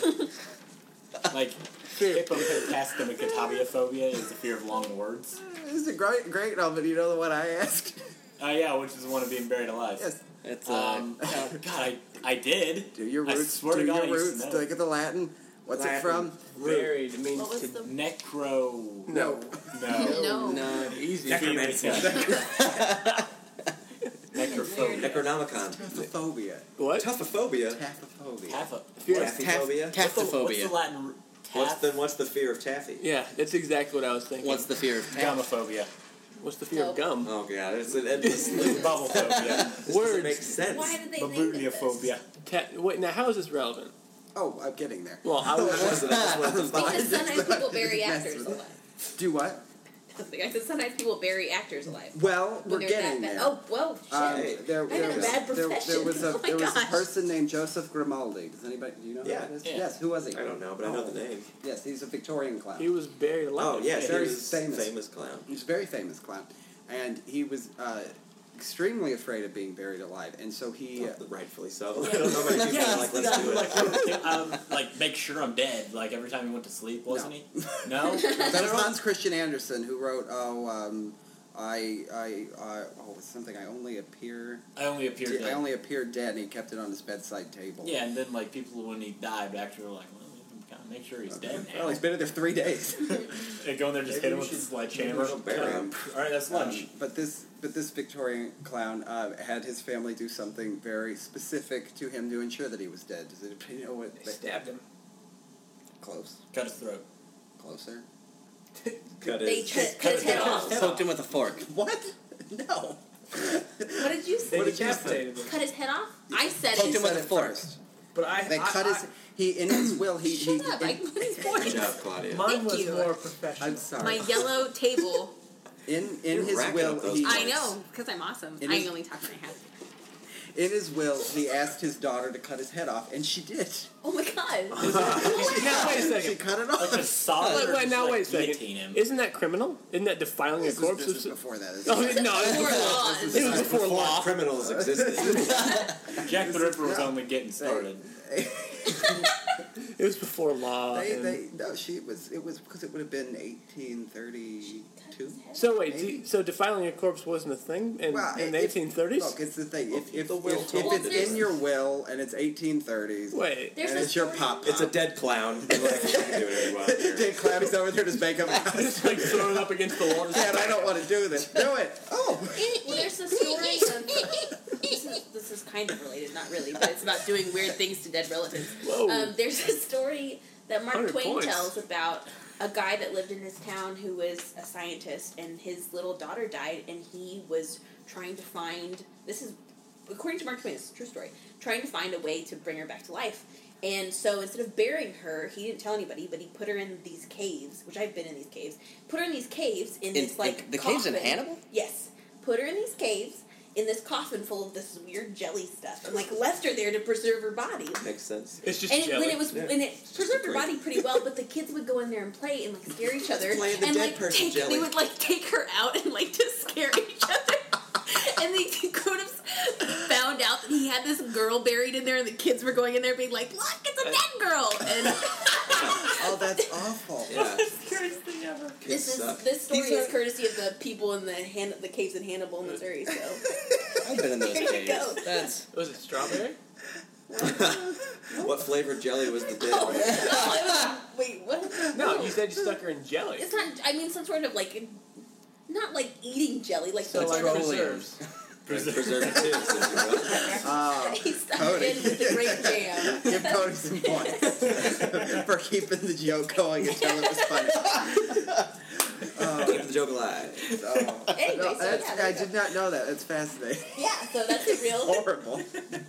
like hippopotastomacatabiophobia is the fear of long words. This is a great, great album. You know the one I asked? Oh yeah, which is the one of being buried alive. yes. It's uh, Um, oh, God, I, I did. Do your I roots. swear do to God, I your used roots. to know. Look at the Latin. What's it Latin. from? Buried means What was to the Necro. Nope. No. no? no. easy. Necromancy. Necrophobe. Necronomicon. Taphophobia. What? Taphophobia. Taphophobia. Taffa. Fear of- Taphophobia. What's the, what's the Taphophobia. Latin? r- What's Taff. then? What's the fear of taffy? Yeah, that's exactly what I was thinking. What's the fear of taff? Gamophobia. What's the fear of Nope. gum? Oh god, it's an endless loop. Bubblephobia. This doesn't Words. make sense. Why did they name it this? Babuniophobia. Ta- wait, now how is this relevant? Oh, I'm getting there. Well, I I was. wasn't- I just wanted to find Because it. sometimes people bury Yes. actors alive. Do what? Like I said, sometimes people bury actors alive. Well, When we're they're getting that there. bad. Oh, whoa, shit. Um, Hey, there, I'm in there, a was, bad there, there profession. was a Oh my there was a gosh. person named Joseph Grimaldi. Does anybody do you know Yeah. who that is? Yeah. Yes, who was he? Oh. I don't know, but I know the name. Yes, he's a Victorian clown. He was buried Oh alive. yes, he Very was famous. famous clown. He's a very famous clown, and he was uh, extremely afraid of being buried alive, and so he. uh, Rightfully so. I don't know how many people Yeah, are like, the let's guy do who, it. like, wrote, um, like make sure I'm dead. Like every time he went to sleep, wasn't he? No. That was Hans Christian Andersen who wrote, "Oh, um, I, I, I, oh, it's something I only appear, I only appeared. I Dead. only appear dead." and He kept it on his bedside table. Yeah, and then like people when he died, actually were like, well, we gotta make sure he's dead now. Well, he's been in there three days. They go in there, just Maybe hit him we with a should- sledgehammer. maybe we should bury him. All right, that's lunch. Um, but this, but this Victorian clown uh, had his family do something very specific to him to ensure that he was dead. Does anybody know what? They stabbed him. Close, Cut his throat. closer. Cut They his- cut cut his head off. Soaked him with a fork. What? No. What did you say? They What did you decapitated him. Cut his head off? I said Poked it. him with said a it fork. first. But I. They I- cut his. I- He in his will he. he, Shut up! I he cut his fork. Good job, Claudia. mine Thank was you. more professional. I'm sorry. My yellow table. in in You're his racking will up those he. points. I know, because I'm awesome. It I is- only talk when I have. to. In his will, he asked his daughter to cut his head off, and she did. Oh my god. now wait a She second. cut it Like a off. saw. Wait, wait, now like, wait a second. guillotine Him. Isn't that criminal? Isn't that defiling This a was- corpse? this was before that. This oh no, is- it Poor was, Oz. it was before Before law. criminals existed. Jack the Ripper was no. only getting started. It was before law. They, and- they, no, she was. It was because it would have been 1832. so wait, Maybe. do- so defiling a corpse wasn't a thing in, Well, in it- the it- 1830s. Look, it's the thing. If if, The will if, told if us. it's in your will and it's 1830s, wait, There's and a it's your story- pop. It's a dead clown. They're like, "You can do whatever you want here." Dick Cloudy's over there just making. just like thrown up against the wall. Dad, I don't want to do this. Do it. Oh. Well, there's a story of. This is, this is kind of related, not really, but it's about doing weird things to dead relatives. Whoa. Um, there's a story that Mark 100 Twain points. tells about a guy that lived in his town who was a scientist, and his little daughter died, and he was trying to find. This is, according to Mark Twain, it's a true story. Trying to find a way to bring her back to life. And so instead of burying her, he didn't tell anybody, but he put her in these caves, which I've been in these caves. Put her in these caves in, In- this like in- the caves in coffin. Hannibal? Yes, put her in these caves in this coffin full of this weird jelly stuff, and like left her there to preserve her body. Makes sense. It's just And it, jelly. when it was, Yeah. and it preserved her great. body pretty well, but the kids would go in there and play and like scare each other, play the and dead like person take, jelly. they would like take her out and like to scare each other. And they could have found out that he had this girl buried in there, and the kids were going in there being like, "Look, it's a dead girl!" And Oh, that's awful. Yeah. scariest thing ever. this is suck. this story These are- is courtesy of the people in the Han- the caves in Hannibal, Missouri. So I've been in those There you go. caves. That's Was it strawberry? What flavored jelly was the Oh. No, dead? I Oh, was- wait, what? No, you said you stuck her in jelly. It's not. I mean, some sort of like, not like eating jelly, like So some like sort of. preserves. Preservatives, if you will. Uh, He stuck Oh, Cody. it in with the grape jam. give Cody some points for keeping the joke going until it was funny. Oh. Keep the joke alive. So, Anyway, no, so that's, yeah, there I you go. did not know that. That's fascinating. Yeah, so that's a real. Horrible. I want to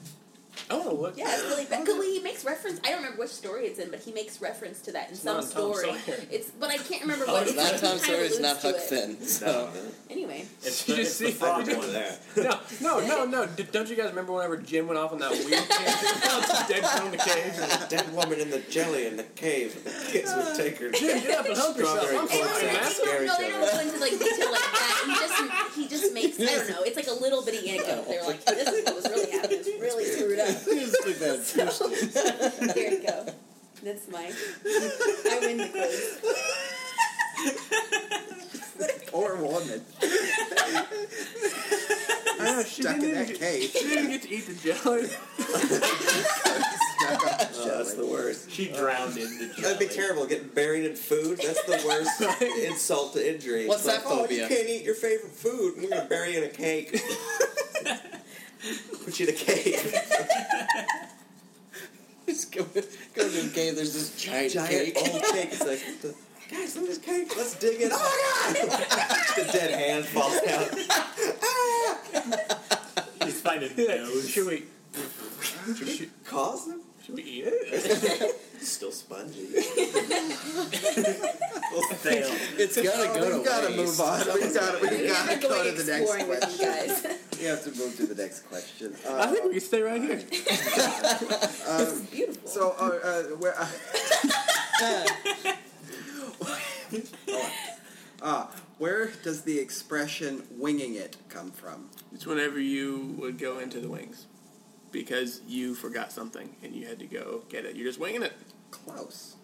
Oh, look. Yeah, it's really bad. 'Cause He makes reference. I don't remember which story it's in, but he makes reference to that in some not Tom story. Sawyer. It's, but I can't remember oh, what. it's it's not like he Tom kinda Sawyer. It's alludes not to Huck it. Finn. No, So Anyway, It's You the, just it's the see- frog Over one. there. No, no, no, no. D- don't you guys remember whenever Jim went off on that weird tangent about the dead girl in the cave? Dead woman in the jelly in the cave. and The kids would take her. Jim, get up and help yourself. Strawberry I'm They pulling some don't- they ass. don't- Scare no, each they don't other. go into like detail like that. He just he just makes I don't know. It's like a little bitty anecdote. They're like, this is what was really happening. It's really screwed Here you go. That's mine. I win the quiz. Or woman. Oh, she Stuck in didn't, that even, cage. she didn't get to eat the jelly. Stuck up the Oh, that's the jelly. worst. She drowned in the jelly. That'd be terrible. Getting buried in food. That's the worst insult to injury. What's It's like, that oh, phobia? you can't eat your favorite food. We're gonna bury you in a cake. Put you in a cake. Just go, go to a game. There's this giant, Giant cake. old cake. It's like, what the- guys, look at this cake. Let's dig in. Oh my god! the dead hand falls down. She's finding nose. Should we? Should, should- Cause him? should we eat it? Still spongy. Fail. It's gotta Oh, go to we've got to move waste. on. We've got to. We've got to I'm go going to the next exploring question. with you guys. We have to move to the next question. Uh, I think we can stay right here. This is beautiful. so, uh, uh, where? Uh, uh, where does the expression "winging it" come from? It's whenever you would go into the wings because you forgot something and you had to go get it. You're just winging it. Close.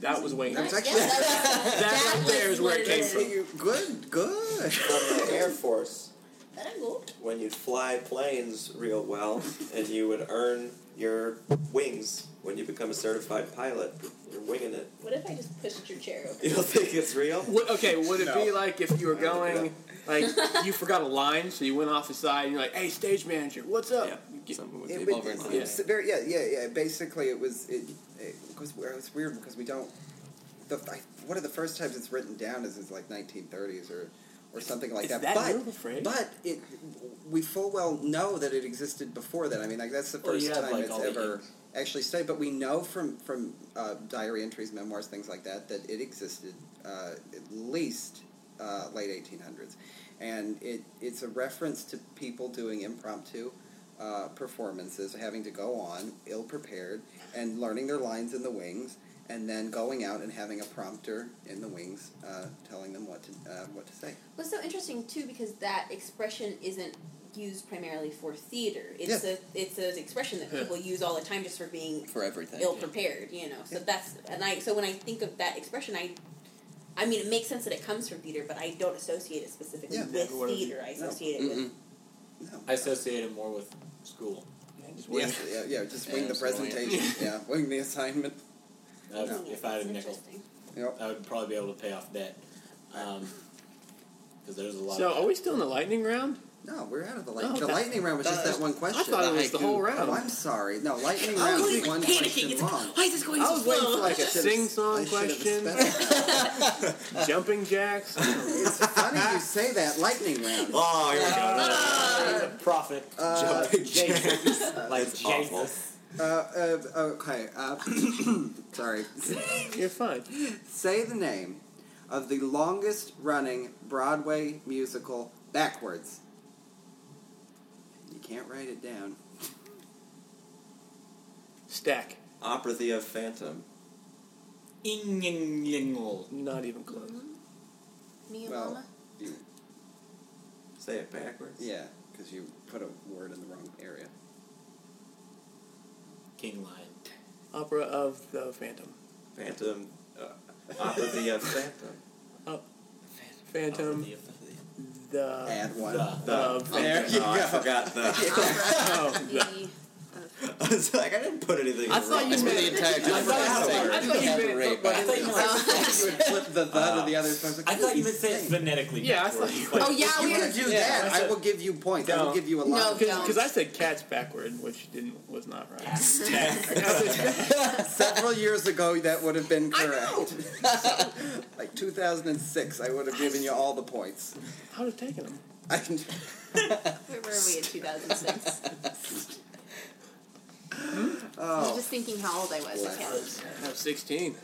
That was winging That's it. actually That right there is where it came from. good. Good. On the Air Force. Let it go. when you'd fly planes real well and you would earn your wings when you become a certified pilot. You're winging it. What if I just pushed your chair over? You don't think it's real? Would, okay, would it No. be like if you were don't going, like you forgot a line, so you went off the side and you're like, "Hey, stage manager, what's up?" Yeah. You get- Something with It the would- over and yeah. under. it's very, yeah, yeah, yeah. Basically, it was it because it was weird because we don't. The, I, one of the first times it's written down is is like 1930s or or something like Is that. that but real, the phrase? but it we full well know that it existed before that. I mean, like that's the Well, you first have, time like, all it's the e-, ever actually studied. But we know from from uh, diary entries, memoirs, things like that, that it existed uh, at least uh, late 1800s, and it it's a reference to people doing impromptu uh, performances, having to go on ill prepared and learning their lines in the wings, and then going out and having a prompter in the wings uh, telling them what to uh, what to say. What's so interesting too, because that expression isn't used primarily for theater. It's Yeah. a it's an expression that Yeah. people use all the time just for being For everything. ill prepared, you know. So Yeah. that's and I so when I think of that expression, I I mean it makes sense that it comes from theater, but I don't associate it specifically Yeah. with Yeah, what is it? theater. I No. associate it with Mm-mm. No. I associate it more with school. Just wing Yeah, it. yeah, yeah, just wing Yeah, the so wing it. presentation. yeah, wing the assignment. I would- winging it. if I had a That's nickel, interesting. Yep. I would probably be able to pay off debt. Um, because there's a lot. So, of are we still in the lightning round? No, we're out of the lightning. No, the that- lightning round was just that- that one question. I thought it was the haiku. whole Oh, round. I'm sorry. No, lightning Oh, round he's is like one panicking. question It's long. like, why is this going I so was waiting slow? for like a should've- sing-song I should've question. specified. Jumping jacks. it's funny you say that lightning round. Oh, here we go. a prophet. Uh, Jesus. like It's awful. Jesus. uh, uh, okay. Uh, sorry. You're fine. Say the name of the longest running Broadway musical backwards. You can't write it down. Stack. Opera the of Phantom. Ing-ing-ing-l. Not even close. Me and Well, Mama. You, Say it backwards. yeah, because you put a word in the wrong area. King Lion. Opera of the Phantom. Phantom. Uh, opera the of Phantom. Phantom. Uh, The. Add one. The- The. Oh, There you oh, I go. forgot the. Oh, the. Me. I was like, I didn't put anything. I thought wrong. you That's where meant the entire I time. thought you meant- I thought you Have a meant- raid oh, but- back. you would flip the the to the other. I thought you meant say it phonetically. Yeah, I backwards. thought you- Like, Oh yeah, you we want were to do Yeah, that? I I said- will give you points. I will Don't. give you a No, lot. don't. Because I said cats backward, which didn't was not right. Several years ago, that would have been correct. like 2006, I would have given you all the points. I would have taken them. I can- Where were we in 2006? I was oh, just thinking how old I was. I can't. I was 16.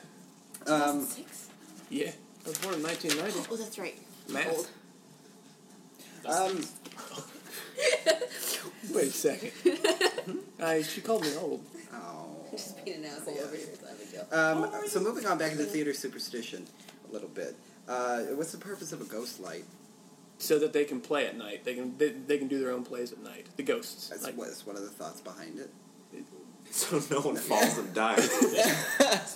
um, Six? Yeah. I was born in 1990. Oh, that's right. Math. Old. um, Wait a second. I, she called me old. oh. Just being an asshole over here. It's not a big Uh, deal. Um, so moving on back into theater superstition a little bit. Uh, what's the purpose of a ghost light? So that they can play at night. They can they, they can do their own plays at night. The ghosts. That's, Like, what- that's one of the thoughts behind it. So no one falls and dies.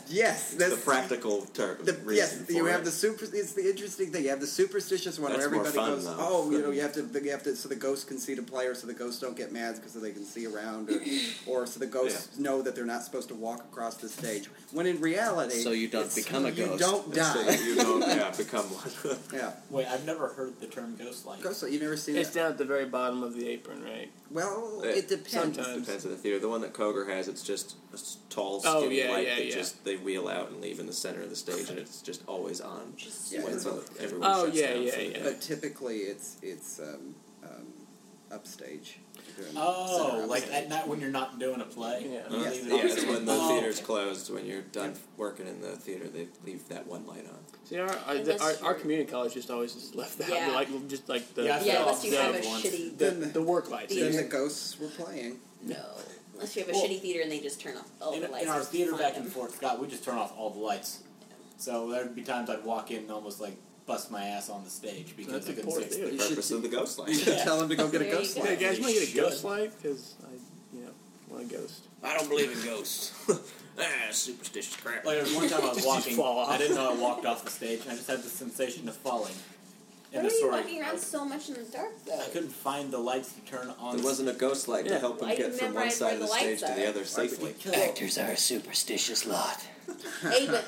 Yes, That's the that's- practical term. The, yes, reason you for have it. the super. It's the interesting thing. You have the superstitious one That's where more everybody fun, goes, though. "Oh, you know, you have to, you have to." So the ghosts can see the player, so the ghosts don't get mad because they can see around, or, or so the ghosts know that they're not supposed to walk across the stage. When in reality, So you don't it's- become a You ghost. don't So die. you don't yeah, become one. yeah, Wait, I've never heard the term ghost light. ghost. You never seen It's it. down at the very bottom of the apron, right? Well, Yeah. it depends. Sometimes. Depends on the theater. The one that Koger has, it's just a s- tall, Oh, skinny yeah, light yeah, that yeah. just they wheel out and leave in the center of the stage, and it's just always on. Just Yeah. when it's on, everyone Oh, shuts yeah, down yeah, for the yeah. day. But typically, it's it's um, um, upstage. They're in the Oh, center like upstage. at night when you're not doing a play. Yeah. you Uh, leave it yeah, on it's when the Oh, theater's okay. closed. When you're done working in the theater, they leave that one light on. See, our our, Unless the, our, our you're- community college just always just left that Yeah. like just like the Yeah, I yeah, fell unless you off have a the once. shitty the, the work lights. Yeah. Then the ghosts were playing. no. Unless you have a Well, shitty theater and they just turn off all in, Oh, the lights. in our and theater find back them. and forth, God, we just turn off all the lights. So there'd be times I'd walk in and almost like bust my ass on the stage because That's I a couldn't poor fix theater. The You should purpose of the ghost You light. should Yeah. tell them to go get a There you ghost go. Hey light. guys, you want to get a Should. ghost light? Because I, you know, want a ghost. I don't believe in ghosts. ah, superstitious crap. Like there was one time I was walking, fall off. I didn't know I walked off the stage, and I just had the sensation of falling. Why And are the you story, walking around so much in the dark though? I couldn't find the lights to turn on. There wasn't a ghost light Yeah. to help him I get from one memorized side where of the the lights stage to the are. other safely. Actors are a superstitious lot. Hey, but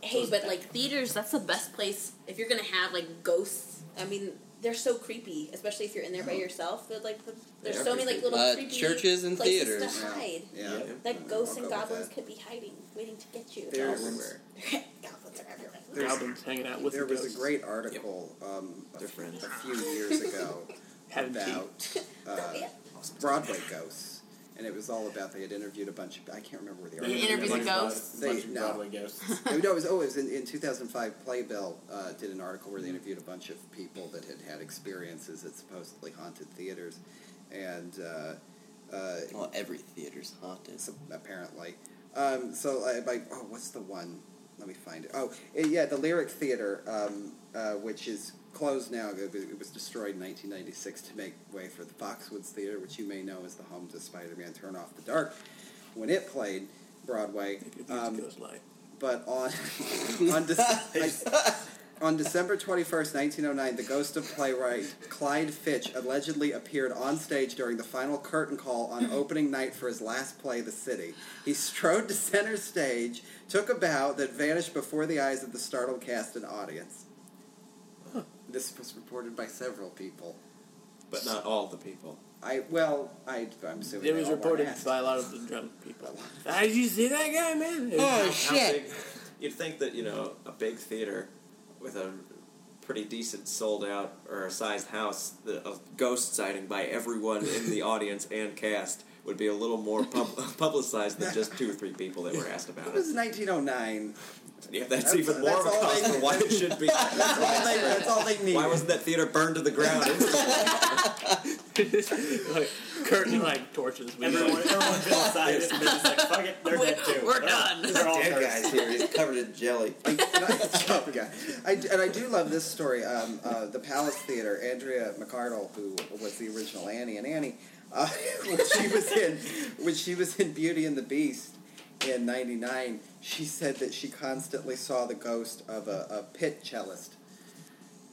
Hey, but like theaters, that's the best place if you're gonna have like ghosts. I mean, they're so creepy, especially if you're in there by Mm-hmm. yourself. They're like the, there's They are so many like little Uh, creepy churches and places theaters. to hide. Yeah. Yeah. That ghosts I'll and go with goblins that. could be hiding, waiting to get you. There- Everywhere. goblins are everywhere. There's- Goblins hanging out with There the was ghosts, a great article um, a, They're friends. a few years ago having tea. about Oh, uh, Broadway ghosts, and it was all about they had interviewed a bunch of I can't remember where the They article. interviewed a the bunch of- ghosts? a bunch They- of no. Broadway ghosts. I mean, Oh, no, it was always in, in 2005. Playbill uh, did an article where they interviewed a bunch of people that had had experiences at supposedly haunted theaters, and uh, uh, Well, every theater's haunted. so- apparently. Um, so I like, oh, what's the one? Let me find it. Oh, eh, yeah, the Lyric Theater, um, uh, which is closed now. It was, it was destroyed in 1996 to make way for the Foxwoods Theater, which you may know is the home to Spider-Man: Turn Off the Dark, when it played Broadway. They could use a Um, ghost light. but on on, Dec I- on December 21st, 1909, the ghost of playwright Clyde Fitch allegedly appeared on stage during the final curtain call on Hmm. opening night for his last play, The City. He strode to center stage, took a bow that vanished before the eyes of the startled cast and audience. This was reported by several people. But not all the people. I well, I, I'm assuming It they was all weren't reported asked. by a lot of the drunk people. Ah, did you see that guy, man? It was- Oh, How Shit. big- you'd think that you know a big theater with a pretty decent sold out or a sized house, the, a ghost sighting by everyone in the audience and cast would be a little more pub- publicized than just two or three people that were asked It about was it. 1909. Yeah, that's, That's- even more that's of a all cause they- for why it should be. That's all they, that's all they needed. why wasn't that theater burned to the ground? instantly? like, curtain like torches. We everyone, like, everyone's inside. It's just like fuck it, they're dead too. We're They're done. All, they're all Dead cursed. guy's here. He's covered in jelly. I, and, I, oh, God. I, and I do love this story. Um, uh, the Palace Theater, Andrea McArdle, who was the original Annie and Annie, uh, when she was in when she was in Beauty and the Beast in '99, she said that she constantly saw the ghost of a, a pit cellist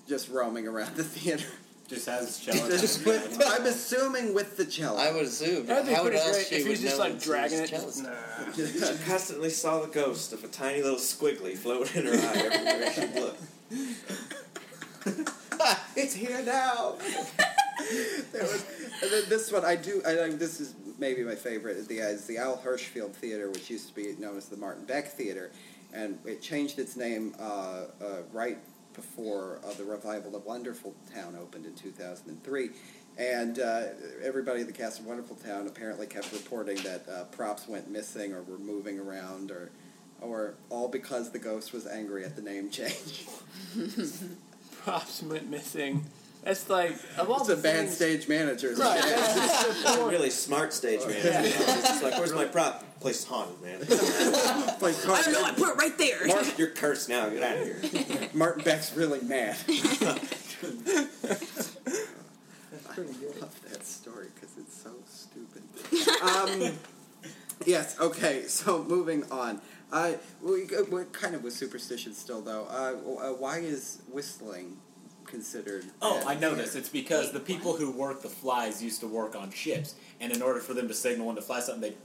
just roaming around the theater. Just has his Just cello. with, I'm assuming with the cello. I would assume. that'd be How pretty else great she if would he's just know like when dragging she's it. jealous? Nah. She constantly saw the ghost of a tiny little squiggly floating in her eye everywhere she looked. it's here now. there was, and then this one I do. I, I, this is maybe my favorite. is The uh, is the Al Hirschfield Theater, which used to be known as the Martin Beck Theater, and it changed its name uh, uh, right before uh, the revival of Wonderful Town opened in two thousand and three. And uh, everybody in the cast of Wonderful Town apparently kept reporting that uh, props went missing or were moving around or, or all because the ghost was angry at the name change. Props went missing. That's like of all It's the a bad things- stage manager. Right. that's- that's the A point. really smart stage manager. It's just like, where's my prop? Place haunted, man. Play card. I don't know. I put it right there. Mark, you're cursed now. Get out of here. Martin Beck's really mad. I love that story because it's so stupid. Um, Yes. Okay. So moving on. Uh, we, we're kind of with superstition still, though. Uh, w- uh, why is whistling considered? Oh, bad I know theater? this. It's because the people who work the flies used to work on ships, and in order for them to signal when to fly something, they.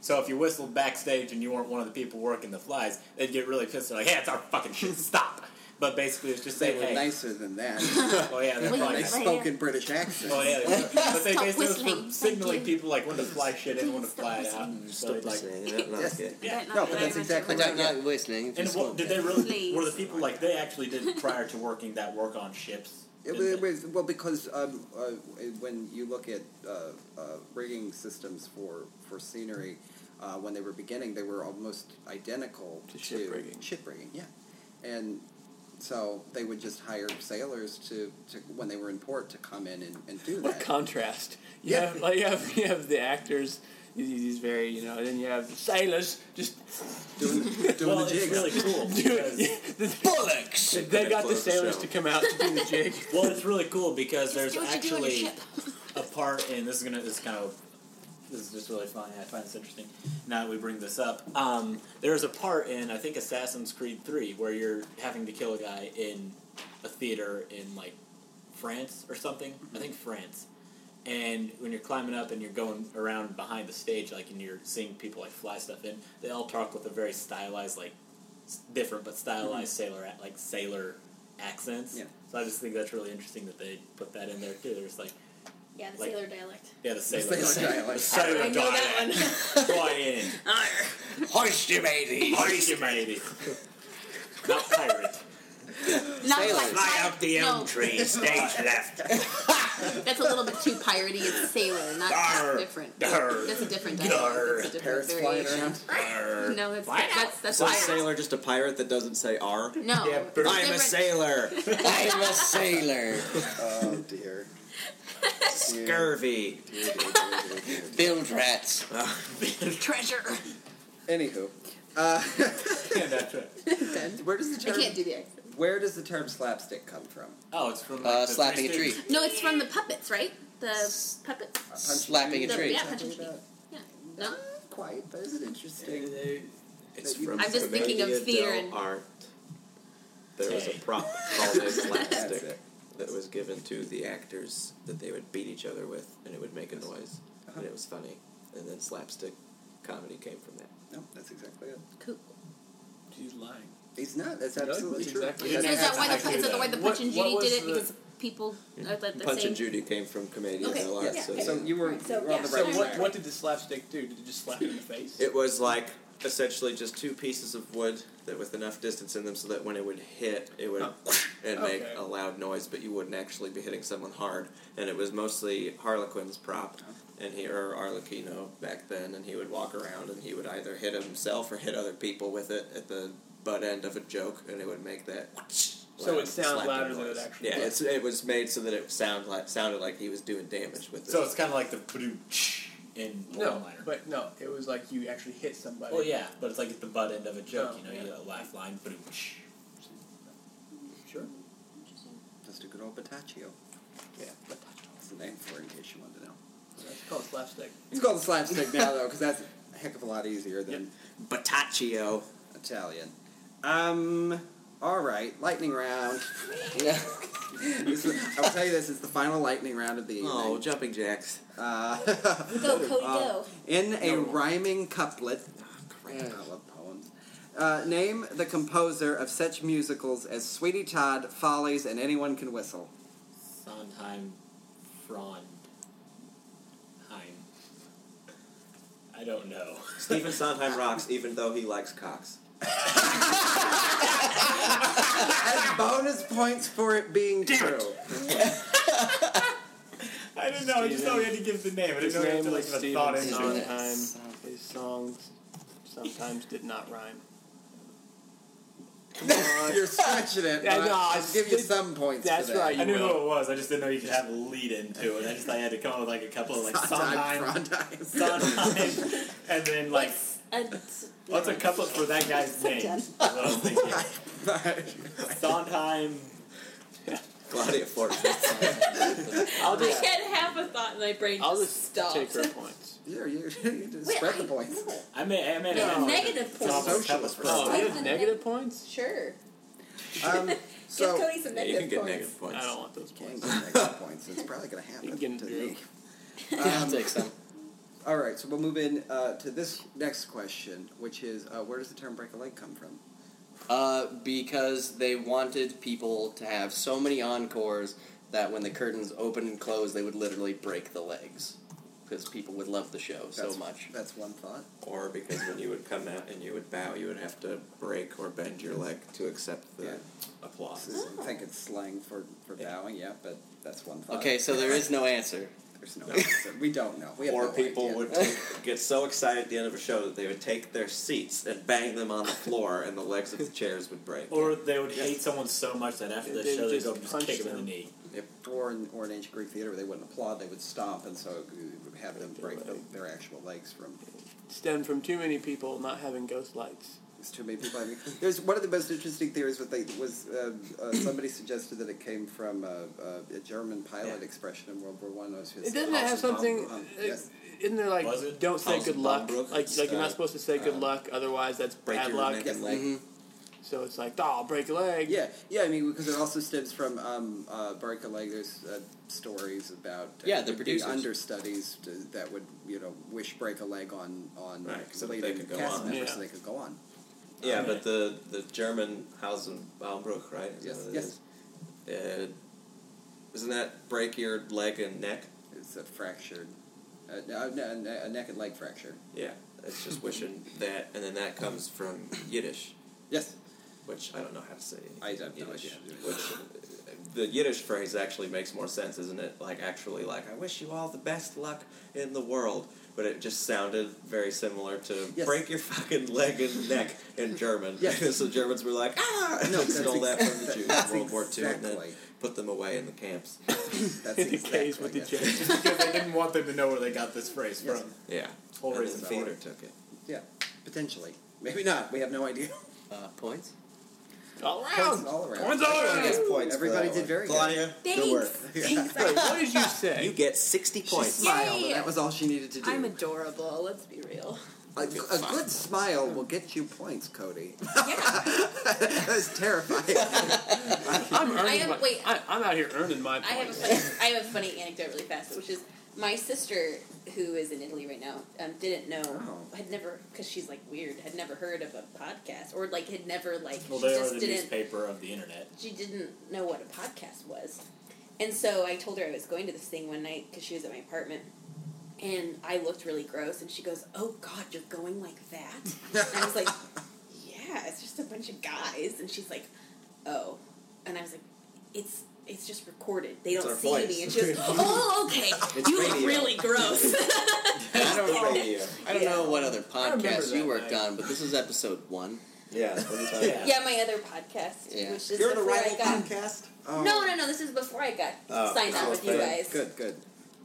So if you whistled backstage and you weren't one of the people working the flies, they'd get really pissed. They're like, "Hey, it's our fucking shit. Stop!" But basically, it's just They saying, were "Hey, nicer than that. oh yeah, they're Wait, flying." they wait. spoke in British accent. Oh yeah, they were. but they Stop basically it whistling. was for Thank signaling you. people like when to fly shit and Please when to stop fly it out. whistling. And so it's like, Yes. Yeah. That not No, be but very that's much exactly I of a- don't not listening. if and it's what, not did bad. they really? Please. Were the people like they actually did prior to working that work on ships? It, didn't wa- it they? was, well, because um, uh, when you look at uh, uh, rigging systems for for scenery, uh, when they were beginning, they were almost identical To ship rigging. Ship rigging, yeah, and so they would just hire sailors to, to when they were in port to come in and, and do What that. contrast! You Yeah. have like you have, you have the actors, you- you- these very you know, and then you have the sailors just doing doing well, it's the jigs. really cool because the, Bollocks! they got the Close the sailors show. to come out to do the jig. well, it's really cool because Just there's do what you do on your actually ship. a part, and this is gonna this is kind of this is just really funny. I find this interesting. Now that we bring this up, um, there is a part in I think Assassin's Creed Three where you're having to kill a guy in a theater in like France or something. I think France. And when you're climbing up and you're going around behind the stage, like and you're seeing people like fly stuff in, they all talk with a very stylized, like s- different but stylized sailor ac- like sailor accents. Yeah. So I just think that's really interesting that they put that in there too. There's like Yeah, the Like- sailor dialect. yeah, the sailor. sailor dialect. I know that one. one. Fly in. Arr. Hoist you, matey! Hoist your matey. Not pirate. Not Sailor. like Fly pirate. no, tree, stage left. that's a little bit too piratey. It's sailor, not Arr. that's different. Arr. That's a different Arr. dialect. That's a different Parrots flying variation. around. No, that's Why not? that's that's So is pirate. sailor just a pirate that doesn't say R? No, Yeah, it's bird. I'm a different. sailor. I'm a sailor. Oh dear. Scurvy. Dear, dear, dear, dear, dear, dear. Build rats. treasure. Anywho, uh, Yeah, that's right. where does the I term can't do the accent. where does the term slapstick come from? Oh, it's from like, Uh, the slapping a Three tree. Stooges. No, it's from the puppets, right? The puppets. Slapping a The- tree. yeah, punch and treat. Yeah. No. Quite, but isn't it interesting? It's I'm from just thinking of Commedia theater del and- art. There was a Tay. prop called a That's slapstick it. that was given to the actors that they would beat each other with, and it would make a noise, uh-huh. Uh-huh. and it was funny. And then slapstick comedy came from that. No, that's exactly it. Cool. She's lying. He's not. That's No, absolutely that's true. exactly So it. That's is that why the actually is that the the- why the what- Punch and what Judy was did it the- because people are like the Punch same. and Judy came from Commedia Okay, dell arte. yeah, so okay. So you were, Right, so, you were on the yeah, So right Right. what, what did the slapstick do? Did it just slap you in the face? It was like essentially just two pieces of wood that with enough distance in them so that when it would hit, it would and make Okay. a loud noise, but you wouldn't actually be hitting someone hard. And it was mostly Harlequin's prop, and he or Arlecchino back then, and he would walk around and he would either hit himself or hit other people with it at the butt end of a joke, and it would make that. So loud it sounds slapping louder than it noise. actually Yeah, was. it's, it was made so that it sound like, sounded like he was doing damage with it. So it's kind of like the badooch in No, Liner. but no, it was like you actually hit somebody. well, yeah, but it's like at the butt end of a joke. Oh, you know, you yeah. get a lifeline. Badooch. Sure. Just a good old Bataccio. Yeah. That's the name for it, in case you wanted to know. That's called slapstick. It's called the slapstick now, though, because that's a heck of a lot easier than Bataccio. Italian. Um. All right, lightning round. Yeah. This is- I'll tell you this: it's the final lightning round of the evening. Oh, jumping jacks. Uh, Go, Um, Cody, Uh, go. in a No. rhyming couplet. eh, Yeah. I love poems. Uh, name the composer of such musicals as Sweetie Todd, Follies, and Anyone Can Whistle. Sondheim, Frond, Heim. I don't know. Stephen Sondheim rocks, even though he likes cocks. As bonus points for it being true. I didn't know. I just thought we had to give the name. I His didn't know name we was had to Stephen like, the thought Sondheim. into it. Sondheim. His songs sometimes did not rhyme. You're stretching it. Yeah, but no, I'll it's- give you it's- some points. that's for that. right. I knew who Well. it was. I just didn't know you could have a lead into it. I just thought you had to come up with like a couple of like Sondheim, Sondheim, Frondheim. Sondheim, and then like What's a- what's a couplet for that guy's name? That's what I was thinking. Sondheim. Claudia Fortune. I'll I just, had half a thought in my brain. I'll just just stopped. take her points. Yeah, you, you just Wait, spread I- the points. no. I made, I made No, a negative Top points. of Social pebbles first. points. Oh, I you was have gonna negative neg- points? Sure. Um, Give so Cody some Yeah, you can negative get points. negative points. I don't want those Can't points. get negative points. It's probably going to You happen can get to Um, in- Nick. I'll take some. All right, so we'll move in uh, to this next question, which is uh, where does the term break a leg come from? Uh, because they wanted people to have so many encores that when the curtains opened and closed, they would literally break the legs because people would love the show so That's- much. That's one thought. Or because when you would come out and you would bow, you would have to break or bend your leg to accept the Yeah. applause. This is- I think it's slang for, for Yeah. bowing, yeah, but that's one thought. Okay, so there is no answer. There's no answer. We don't know. We have or no people idea. would take, get so excited at the end of a show that they would take their seats and bang them on the floor, and the legs of the chairs would break. Or they would hate someone so much that after the They show they just go and just punch kick them in the them. knee. Or in, or in ancient Greek theater, they wouldn't applaud, they would stomp, and so it would have them break the, their actual legs from Stemmed from too many people not having ghost lights. There's too many people. Having, there's one of the most interesting theories. What they was uh, uh, somebody suggested that it came from a, a, a German pilot expression in World War One. Was his It doesn't it have something. Um, uh, yes. Isn't there like Was it? don't say Thousand good luck? Bombrook? Like like you're Uh, not supposed to say good uh, luck, otherwise that's break bad your luck. neck and leg. Mhm. So it's like, oh, I'll break a leg. Yeah, yeah. I mean, because it also stems from um, uh, Barca Leg. There's uh, stories about uh, Yeah, the would be producers. understudies to, that would you know wish break a leg on on Right, so that leading they could go cast on. members so Yeah. they could go on. Yeah, Okay. but the the German Hausenbaumbruch, right? Is Yes, that what it yes. is? Uh, isn't that break your leg and neck? It's a fractured, uh, no, no, no, a neck and leg fracture. Yeah, it's just wishing that, and then that comes from Yiddish, Yes, which I don't know how to say. in I have no Yiddish, idea. Which the Yiddish phrase actually makes more sense, isn't it? Like actually, like I wish you all the best luck in the world, but it just sounded very similar to Yes. break your fucking leg and neck in German. Yes. so Germans were like, ah, and No, they stole that's that ex- from the Jews that's in World War II, and then exactly- put them away in the camps. That's It exactly decays with the yes. jet. Just because they didn't want them to know where they got this phrase Yes. from. Yeah, Whole and reason the for theater it. took it. Yeah, potentially. Maybe not. We have no idea. Uh, points? All Points around. all around. Points all Everyone around. gets points. for that Everybody did one. very Claudia, Thanks. good work. Thanks. Wait, what did you say? You get sixty good. She points. smiled, Yay! and that was all she needed to do. I'm adorable. Let's be real. A- a good smile will get you points, Cody. that was terrifying. I'm earning I have- my, wait. I, I'm out here earning my I have a points. funny, I have a funny anecdote really fast, which is my sister who is in Italy right now um, didn't know Oh. had never because she's like weird had never heard of a podcast or like had never like Well, she they are just the didn't newspaper of the internet. she didn't know what a podcast was. And so I told her I was going to this thing one night because she was at my apartment. And I looked really gross, and she goes, Oh God, you're going like that? And I was like, Yeah, it's just a bunch of guys. And she's like, Oh. And I was like, It's it's just recorded. They It's don't our see voice." me. And she goes, Oh, okay. It's you look radio. really gross. I don't know. I don't know what other remember podcast that you worked night. on, but this is episode one. Yeah, that's what he's talking about. yeah, my other podcast. Yeah. Which is before I got podcast. Oh, No, no, no, this is before I got Oh, signed up cool. with you guys. Good, good.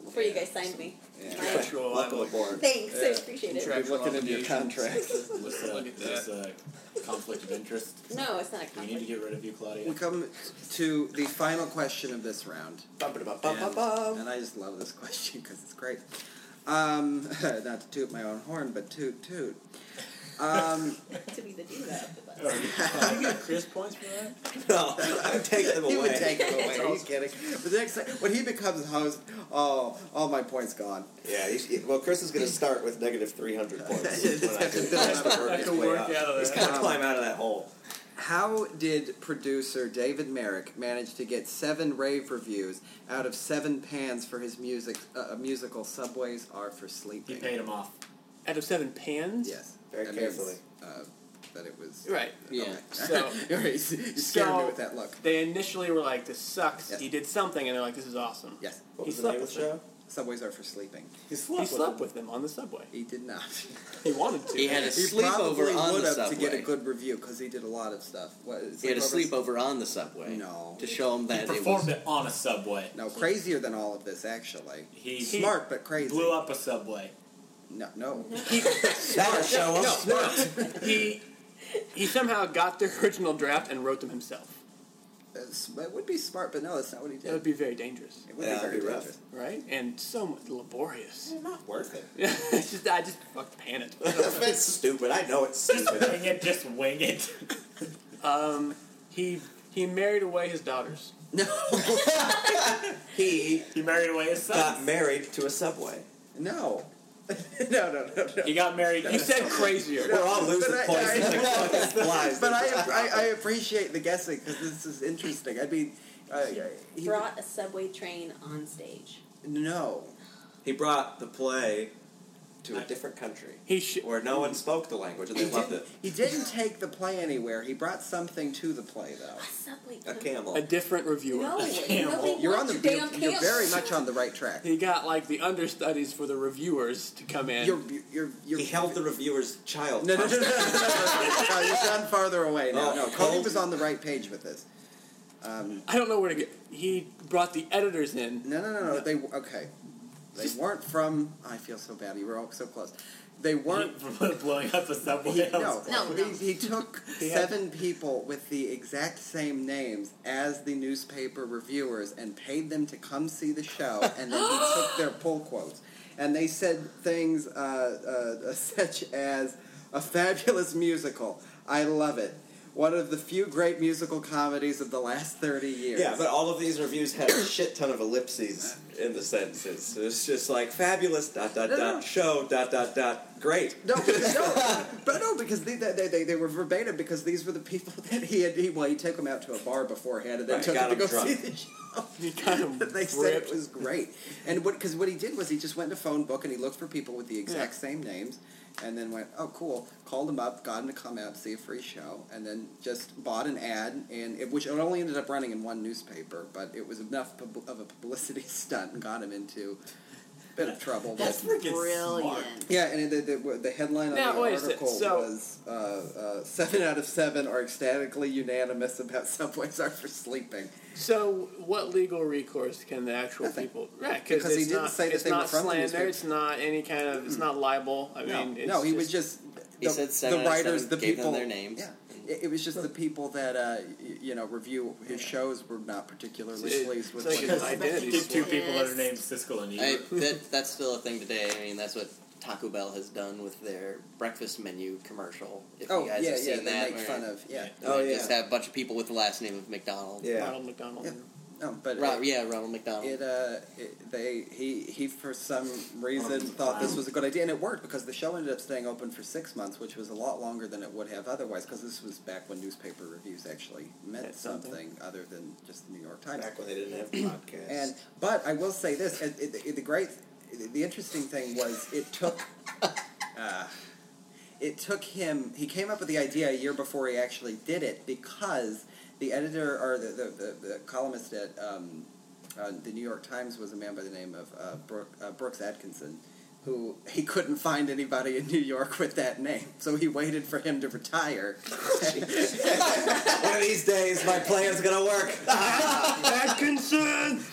Before you guys signed me. Yeah. My- Control, I'm Welcome like- aboard. Thanks, I Yeah. appreciate it. Contractual Looking into your obligations. contract. Look What's a, at what's a uh, conflict of interest? No, it's not a We need to conflict. get rid of you, We Claudia. come to the final question of this round. Ba-ba-ba-ba-ba. And I just love this question because it's great. Um, not to toot my own horn, but toot toot. Um, To be the do that with us. Can you get Chris points for that? No, I would take them away. He would take it away. Are you kidding? But the next time, when he becomes host, oh, all my points gone. yeah, he's, he- well, Chris is going to start with negative 300 points. It's when I gonna- do this. That's the I word have is to way work up. out Uh-huh. of He's that. got to climb out of that hole. How did producer David Merrick manage to get seven rave reviews out of seven pans for his music uh, musical "Subways Are for He Sleeping"? paid him off. Out of seven pans? Yes, Very That means, carefully. uh, that it was. Right. Yeah. Okay. So- you already s- you scared me So- with that look. They initially were like, this sucks. Yes. He did something, and they're like, this is awesome. Yes, What He was the slept name of with the show? subways are for sleeping. He slept, with them on the subway. He did not. He wanted to. He had a He probably sleepover on would the have to get a subway. good review because he did a lot of stuff. What, He had a sleepovers- sleepover on the subway. No. To show him He that it performed was. it on a subway. No, crazier than all of this, actually. He Smart but crazy. blew up a subway. No, no. That'll show him. he he somehow got the original draft and wrote them himself. it's- it would be smart, but no, that's not what he did. That would be very dangerous, it would Yeah, be very it'd be rough. dangerous. right? And so much laborious. Not worth it. it's just I just fucked panicked. That's stupid. I know it's stupid. Wing it, just wing it. Um, he he married away his daughters. he He married away his got son. married to a subway. No. no, no, no, no. He got married. You said crazier. We're all losing But I- points. I- It's like fucking flies. But I, I, I appreciate the guessing because this is interesting. I mean, uh, he- Brought a subway train on stage. no. he brought the play to a different country He sh- where no one spoke the language and He they loved didn't, it. he didn't take the play anywhere. He brought something to the play, though. Subway. A camel. a different reviewer. No, camel. nobody You're on wants the your damn you're, you're camel. very much on the right track. He got like the understudies for the reviewers to come in. You're you're you're. he held the reviewer's child. no, no, no, no, no, no, no, no, You've gone farther away now. Oh, no, Cody cold. was on the right page with this. Um, I don't know where to get. He brought the editors in. no, no, no, no. They okay. They weren't from. I feel so bad. You were all so close. They weren't blowing up a subway. He, no, No, he, no. he took He had- seven people with the exact same names as the newspaper reviewers and paid them to come see the show, and then he took their pull quotes. And they said things uh, uh, such as a fabulous musical. I love it. One of the few great musical comedies of the last 30 years. Yeah, but all of these reviews had a shit ton of ellipses in the sentences. It's just like fabulous dot dot No, no. dot show dot dot dot great. No, but no, but no, because they, they, they, they were verbatim because these were the people that he had. He, well, he took them out to a bar beforehand and then Right, took got them to go 'em see drunk. the show. He kind of they said it ripped. was great. And what because what he did was he just went in a phone book and he looked for people with the exact Yeah. same names, and then went, oh cool, called them up, got them to come out see a free show, and then just bought an ad, and it, which it only ended up running in one newspaper, but it was enough pub- of a publicity stunt and got him into a bit of trouble. but- That's freaking brilliant. yeah, and the, the, the headline on Now, the wait a sec, article so- was uh, uh, seven out of seven are ecstatically unanimous about subways are for sleeping. So, what legal recourse can the actual people? Right, Because he it's didn't not, say that it's they were not from the slander. newspaper. Mm. It's not any kind of. It's not libel. I no, mean, it's no, he just, was just He the, said seven the out of writers, seven the gave them people, their names. Yeah, it, it was just the people that uh, y- you know review his shows were not particularly It- pleased with. it's like what an he- identity Give two swap. people that are Yes. named Siskel and I, Ebert. that, that's still a thing today. I mean, that's what Taco Bell has done with their breakfast menu commercial. If oh you guys yeah, have yeah, seen they that, make where fun of yeah. they Oh, yeah. just have a bunch of people with the last name of McDonald. Yeah. Ronald McDonald. Yeah. No, but Ro- it, yeah, Ronald McDonald. it, uh, it- they he he for some reason thought this was a good idea, and it worked because the show ended up staying open for six months, which was a lot longer than it would have otherwise. Because this was back when newspaper reviews actually meant Meant something. something other than just the New York Times. Back when they didn't have podcasts. And but I will say this: and it, it, the great, the interesting thing was it took, uh, it took him. He came up with the idea a year before he actually did it because the editor or the the, the, the columnist at um, uh, the New York Times was a man by the name of uh, Brooke, uh, Brooks Atkinson. Who he couldn't find anybody in New York with that name, so he waited for him to retire. One of these days, my plan's gonna work. Atkinson.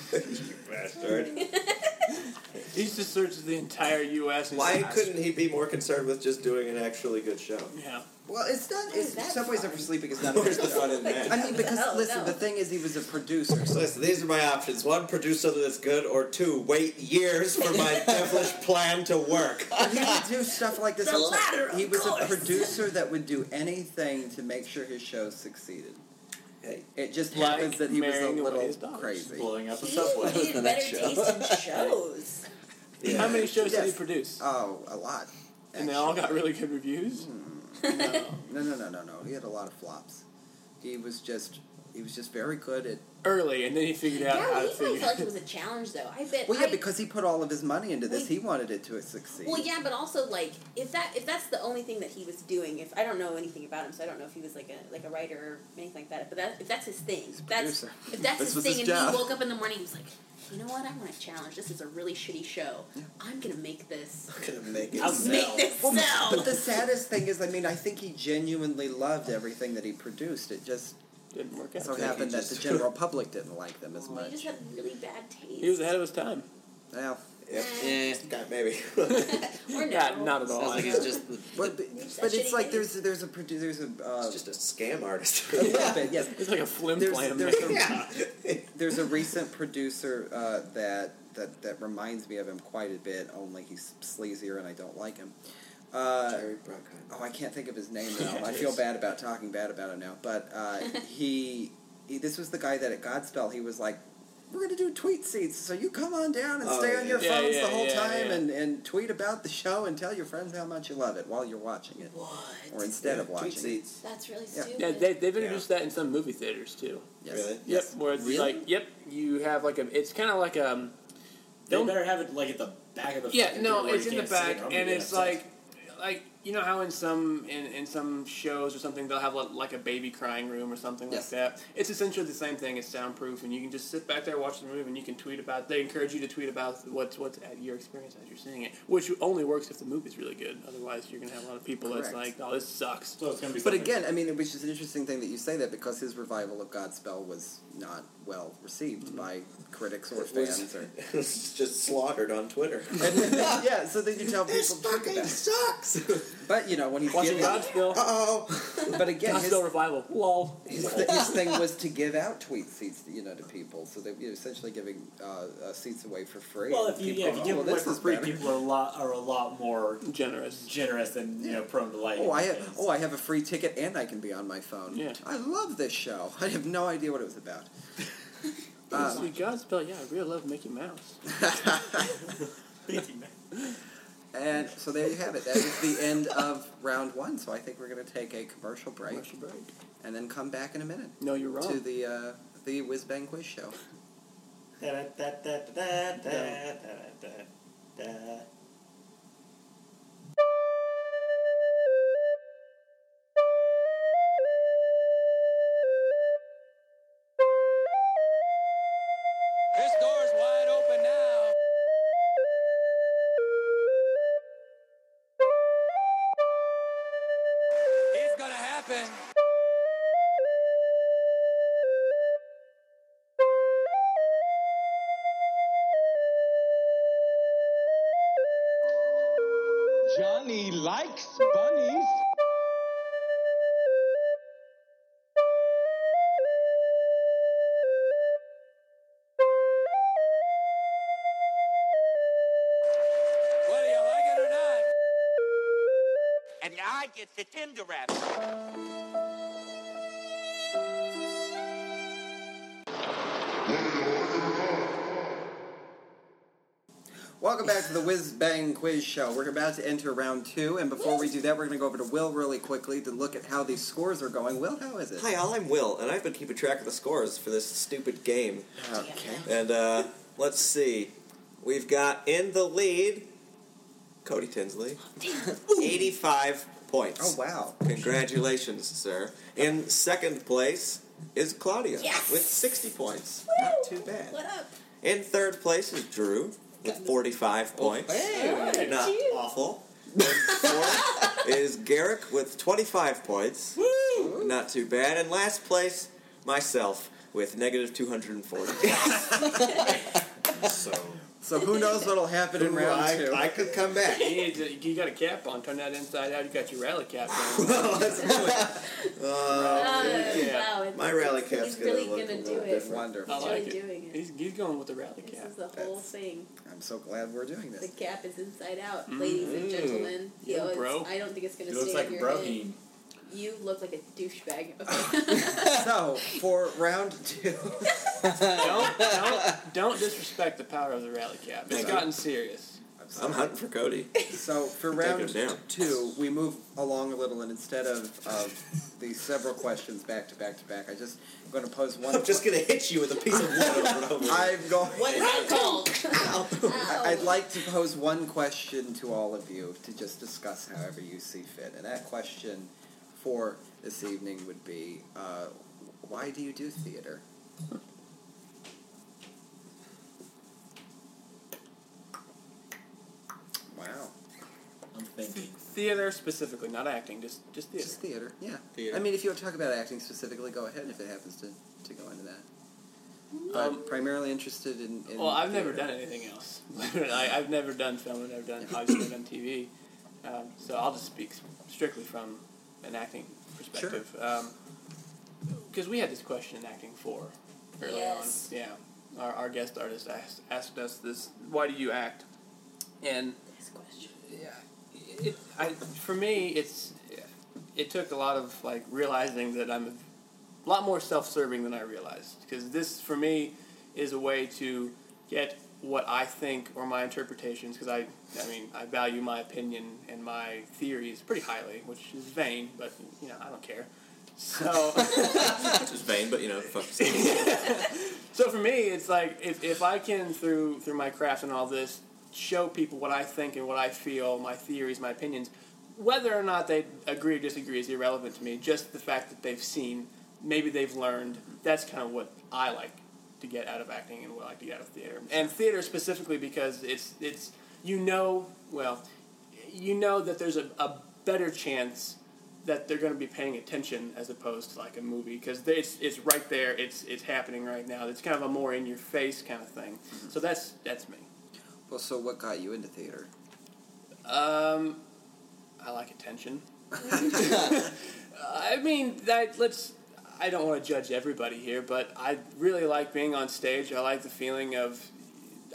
Bastard. He just searches the entire U.S. And Why says, couldn't he be more concerned with just doing an actually good show? Yeah. Well, it's not. Where's It's, that Subways are fun? for sleeping. It's not. a Where's good the show. fun in that? I mean, because Oh, listen, no. the thing is, he was a producer, so So Listen, these are my options. One, produce something that's good, or two, wait years for my devilish plan to work. he would do stuff like this. The all the time. latter, of he was course. a producer that would do anything to make sure his shows succeeded. Hey, It just Like happens that he was a marrying away little his daughters. crazy. blowing up a subway. He the did better next show. taste in shows. yeah. How many shows did he Yes. produce? Oh, a lot. and they all got actually. really good reviews. No. No, no, no, no, no. He had a lot of flops. He was just. He was just very good at. Early, and then he figured out Yeah, how to he probably figure. felt like it was a challenge, though. I bet. Well, yeah, I- because he put all of his money into this, Wait. he wanted it to succeed. Well, yeah, but also like if that if that's the only thing that he was doing, if I don't know anything about him, so I don't know if he was like a like a writer or anything like that. But that if that's his thing, that's producer. if that's This his was thing, and his job. he woke up in the morning, he was like, you know what, I want a challenge. This is a really shitty show. I'm gonna make this Gonna make it I'll sell. make this Well, sell. But the saddest thing is, I mean, I think he genuinely loved everything that he produced. It just Didn't work so out. think he happened that the just- general public didn't like them as Well, he much. just had really bad taste. He was ahead of his time. Well, Yeah. Eh, God, maybe. Or no. Not, not at sounds all. like it's just the, But, but, It's a but shitty it's like thing. there's there's a produ- there's a uh, it's just a scam artist. a little bit yes It's like a flim There's- flam. there's man. There's a recent producer uh, that, that that reminds me of him quite a bit. Only he's sleazier, and I don't like him. Uh, Jerry Bruckheimer. oh, I can't think of his name now. I feel bad about talking bad about him now. But uh, he, he, this was the guy that at Godspell he was like, "We're gonna do tweet seats, so you come on down and Oh, stay on yeah. your Yeah, phones yeah, the whole yeah, time yeah. And, and tweet about the show and tell your friends how much you love it while you're watching it, or What? instead of Tweet watching it." seats. That's really Yeah. stupid. Yeah, they, they've introduced that in some movie theaters too. Yes. Really? Yes. Yep, where it's Really? like, yep, you have like a. It's kind of like um. They Don't- better have it like at the back of the. Yeah, fucking no, theater where it's you in the can't see it, back, or I'm gonna and be it's upset. like, like you know how in some in, in some shows or something they'll have like, like a baby crying room or something Yes. like that. It's essentially the same thing. It's soundproof, and you can just sit back there, watch the movie, and you can tweet about. They encourage you to tweet about what's what's at your experience as you're seeing it, which only works if the movie's really good. Otherwise, you're gonna have a lot of people that's like, Correct. "Oh, this sucks." So it's gonna be. But something- again, I mean, which is an interesting thing that you say that because his revival of Godspell was not well received Mm-hmm. by critics or It was- fans. Or, it was just slaughtered on Twitter. yeah, so then you tell people. to think about it. sucks. But you know when he's Watching giving, Godspell, oh. but again, his, Godspell revival, lol. his, th- his thing was to give out tweet seats, you know, to people. So they were essentially giving uh, uh, seats away for free. well, And if you, people, yeah, if you give oh, it away this for is free, better. people are a lot are a lot more Generous. generous and you know prone to like. Oh, I have, oh, I have a free ticket and I can be on my phone. Yeah. I love this show. I have no idea what it was about. See, Godspell, yeah, I really love Mickey Mouse. And so there you have it. That is the end of round one. So I think we're going to take a commercial break Commercial break. and then come back in a minute No, you're wrong. to the uh, the Whiz Bang Quiz Show. This door's wide open now. It's gonna happen. Johnny likes bunnies. Whether you like it or not. and I get the tender wrap. Welcome back to the Whiz Bang Quiz Show. We're about to enter round two, and before we do that, we're going to go over to Will really quickly to look at how these scores are going. Will, how is it? Hi, all. I'm Will, and I've been keeping track of the scores for this stupid game. Okay. And uh, let's see. We've got in the lead Cody Tinsley. 85 points. Oh wow. Congratulations, sir. In second place is Claudia Yes! with 60 points. Not too bad. What up? In third place is Drew with 45 points. hey. Not Cheers. awful. In fourth is Garrick with 25 points. Woo! Not too bad. And last place, myself with negative 240. So So who knows what'll happen in round two? could come back. You, need to- you got a cap on. Turn that inside out. You got your rally cap. On. yeah. Uh, Oh, Wow, it's- My rally it's- cap's he's gonna really look a gonna little do it. different. Wonderful. I He's like really it. doing it. He's, he's going with the rally This cap. is the whole That's- thing. I'm so glad we're doing The this. cap is inside out, Mm-hmm. ladies and gentlemen. He Yo, always- bro. I don't think it's gonna he stay looks like in your head. Broheen. You look like a douchebag. Okay. So for round two, don't, don't, don't disrespect the power of the rally cap. It's Thank you. gotten serious. I'm I'm sorry. hunting for Cody. So for Take round him down. two, we move along a little, and instead of, of these several questions back to back to back, I just I'm going to pose one. I'm just gonna hit you with a piece of wood over and over. I'm going. Cold. I- I'd like to pose one question to all of you to just discuss however you see fit, and that question for this evening would be, uh, why do you do theater? Wow. I'm thinking. Theater specifically, not acting, just just theater. Just theater, yeah. Theater. I mean, if you want to talk about acting specifically, go ahead if it happens to, to go into that. I'm primarily interested in. in Well, I've never theater. done anything else. I, I've never done film. I've never done obviously never done TV. Um, so I'll just speak strictly from an acting perspective. Because we had this question in acting four earlier Yes. on. Yeah, our, our guest artist asked, asked us this: Why do you act? And This question. yeah, it, I, for me, it's it took a lot of like realizing that I'm a lot more self-serving than I realized because this for me is a way to get what I think or my interpretations because I I mean I value my opinion and my theories pretty highly, which is vain, but you know I don't care. So. Which is vain, but you know, fuck yourself. So for me, it's like if, if I can through through my craft and all this show people what I think and what I feel, my theories, my opinions, whether or not they agree or disagree is irrelevant to me. Just the fact that they've seen, maybe they've learned. That's kind of what I like to get out of acting and what I like to get out of theater, and theater specifically because it's it's you know well, you know that there's a, a better chance that they're going to be paying attention as opposed to like a movie because it's it's right there, it's it's happening right now. It's kind of a more in your face kind of thing. So that's that's me. Well, so what got you into theater? Um, I like attention. I mean that let's. I don't want to judge everybody here, but I really like being on stage. I like the feeling of.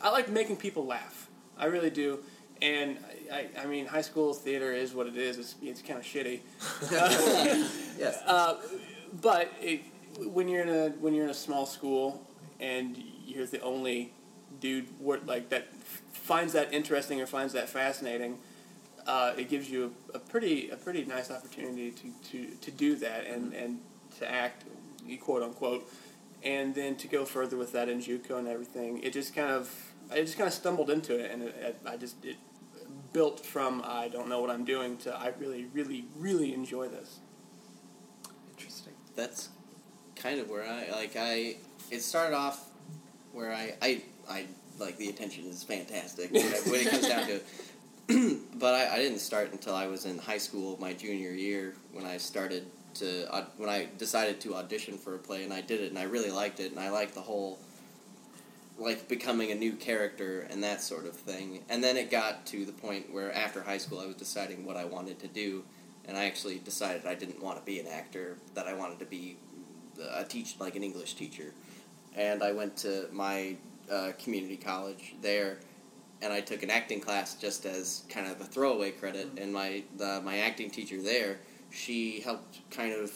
I like making people laugh. I really do. And I, I, I mean, high school theater is what it is. It's, it's kind of shitty. Yes. but it, when you're in a when you're in a small school and you're the only dude wor- like that f- finds that interesting or finds that fascinating, uh, it gives you a, a pretty a pretty nice opportunity to, to, to do that and, and to act quote unquote, and then to go further with that in JUCO and everything. It just kind of I just kind of stumbled into it and it, I just it built from I don't know what I'm doing to I really really really enjoy this. Interesting. that's kind of where I like I it started off where I I, I like the attention is fantastic when it- when it comes down to it. but I, I didn't start until I was in high school my junior year when I started to au- when I decided to audition for a play and I did it and I really liked it and I liked the whole like becoming a new character and that sort of thing. And then it got to the point where after high school I was deciding what I wanted to do and I actually decided I didn't want to be an actor, that I wanted to be uh, a teach like an English teacher. And I went to my uh, community college there and I took an acting class just as kind of a throwaway credit. And my the, my acting teacher there, she helped kind of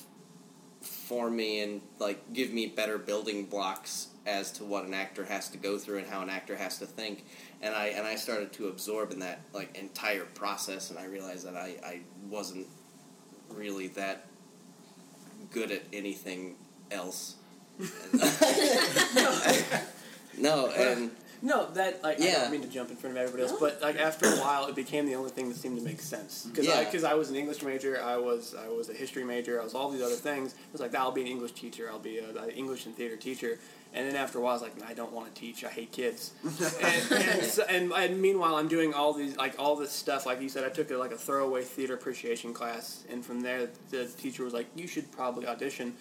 form me and like give me better building blocks as to what an actor has to go through and how an actor has to think. And I and I started to absorb in that like entire process, and I realized that I, I wasn't really that good at anything else. no, and No, that like I Yeah. don't mean to jump in front of everybody else, but like after a while, it became the only thing that seemed to make sense because Mm-hmm. Yeah. I, was an English major, I was I was a history major, I was all these other things. It was like I'll be an English teacher, I'll be an English and theater teacher, and then after a while, I was like, "Nah, I don't want to teach, I hate kids. and, and, so, and and meanwhile, I'm doing all these like all this stuff. Like you said, I took a, like a throwaway theater appreciation class, and from there, the teacher was like, "You should probably audition,"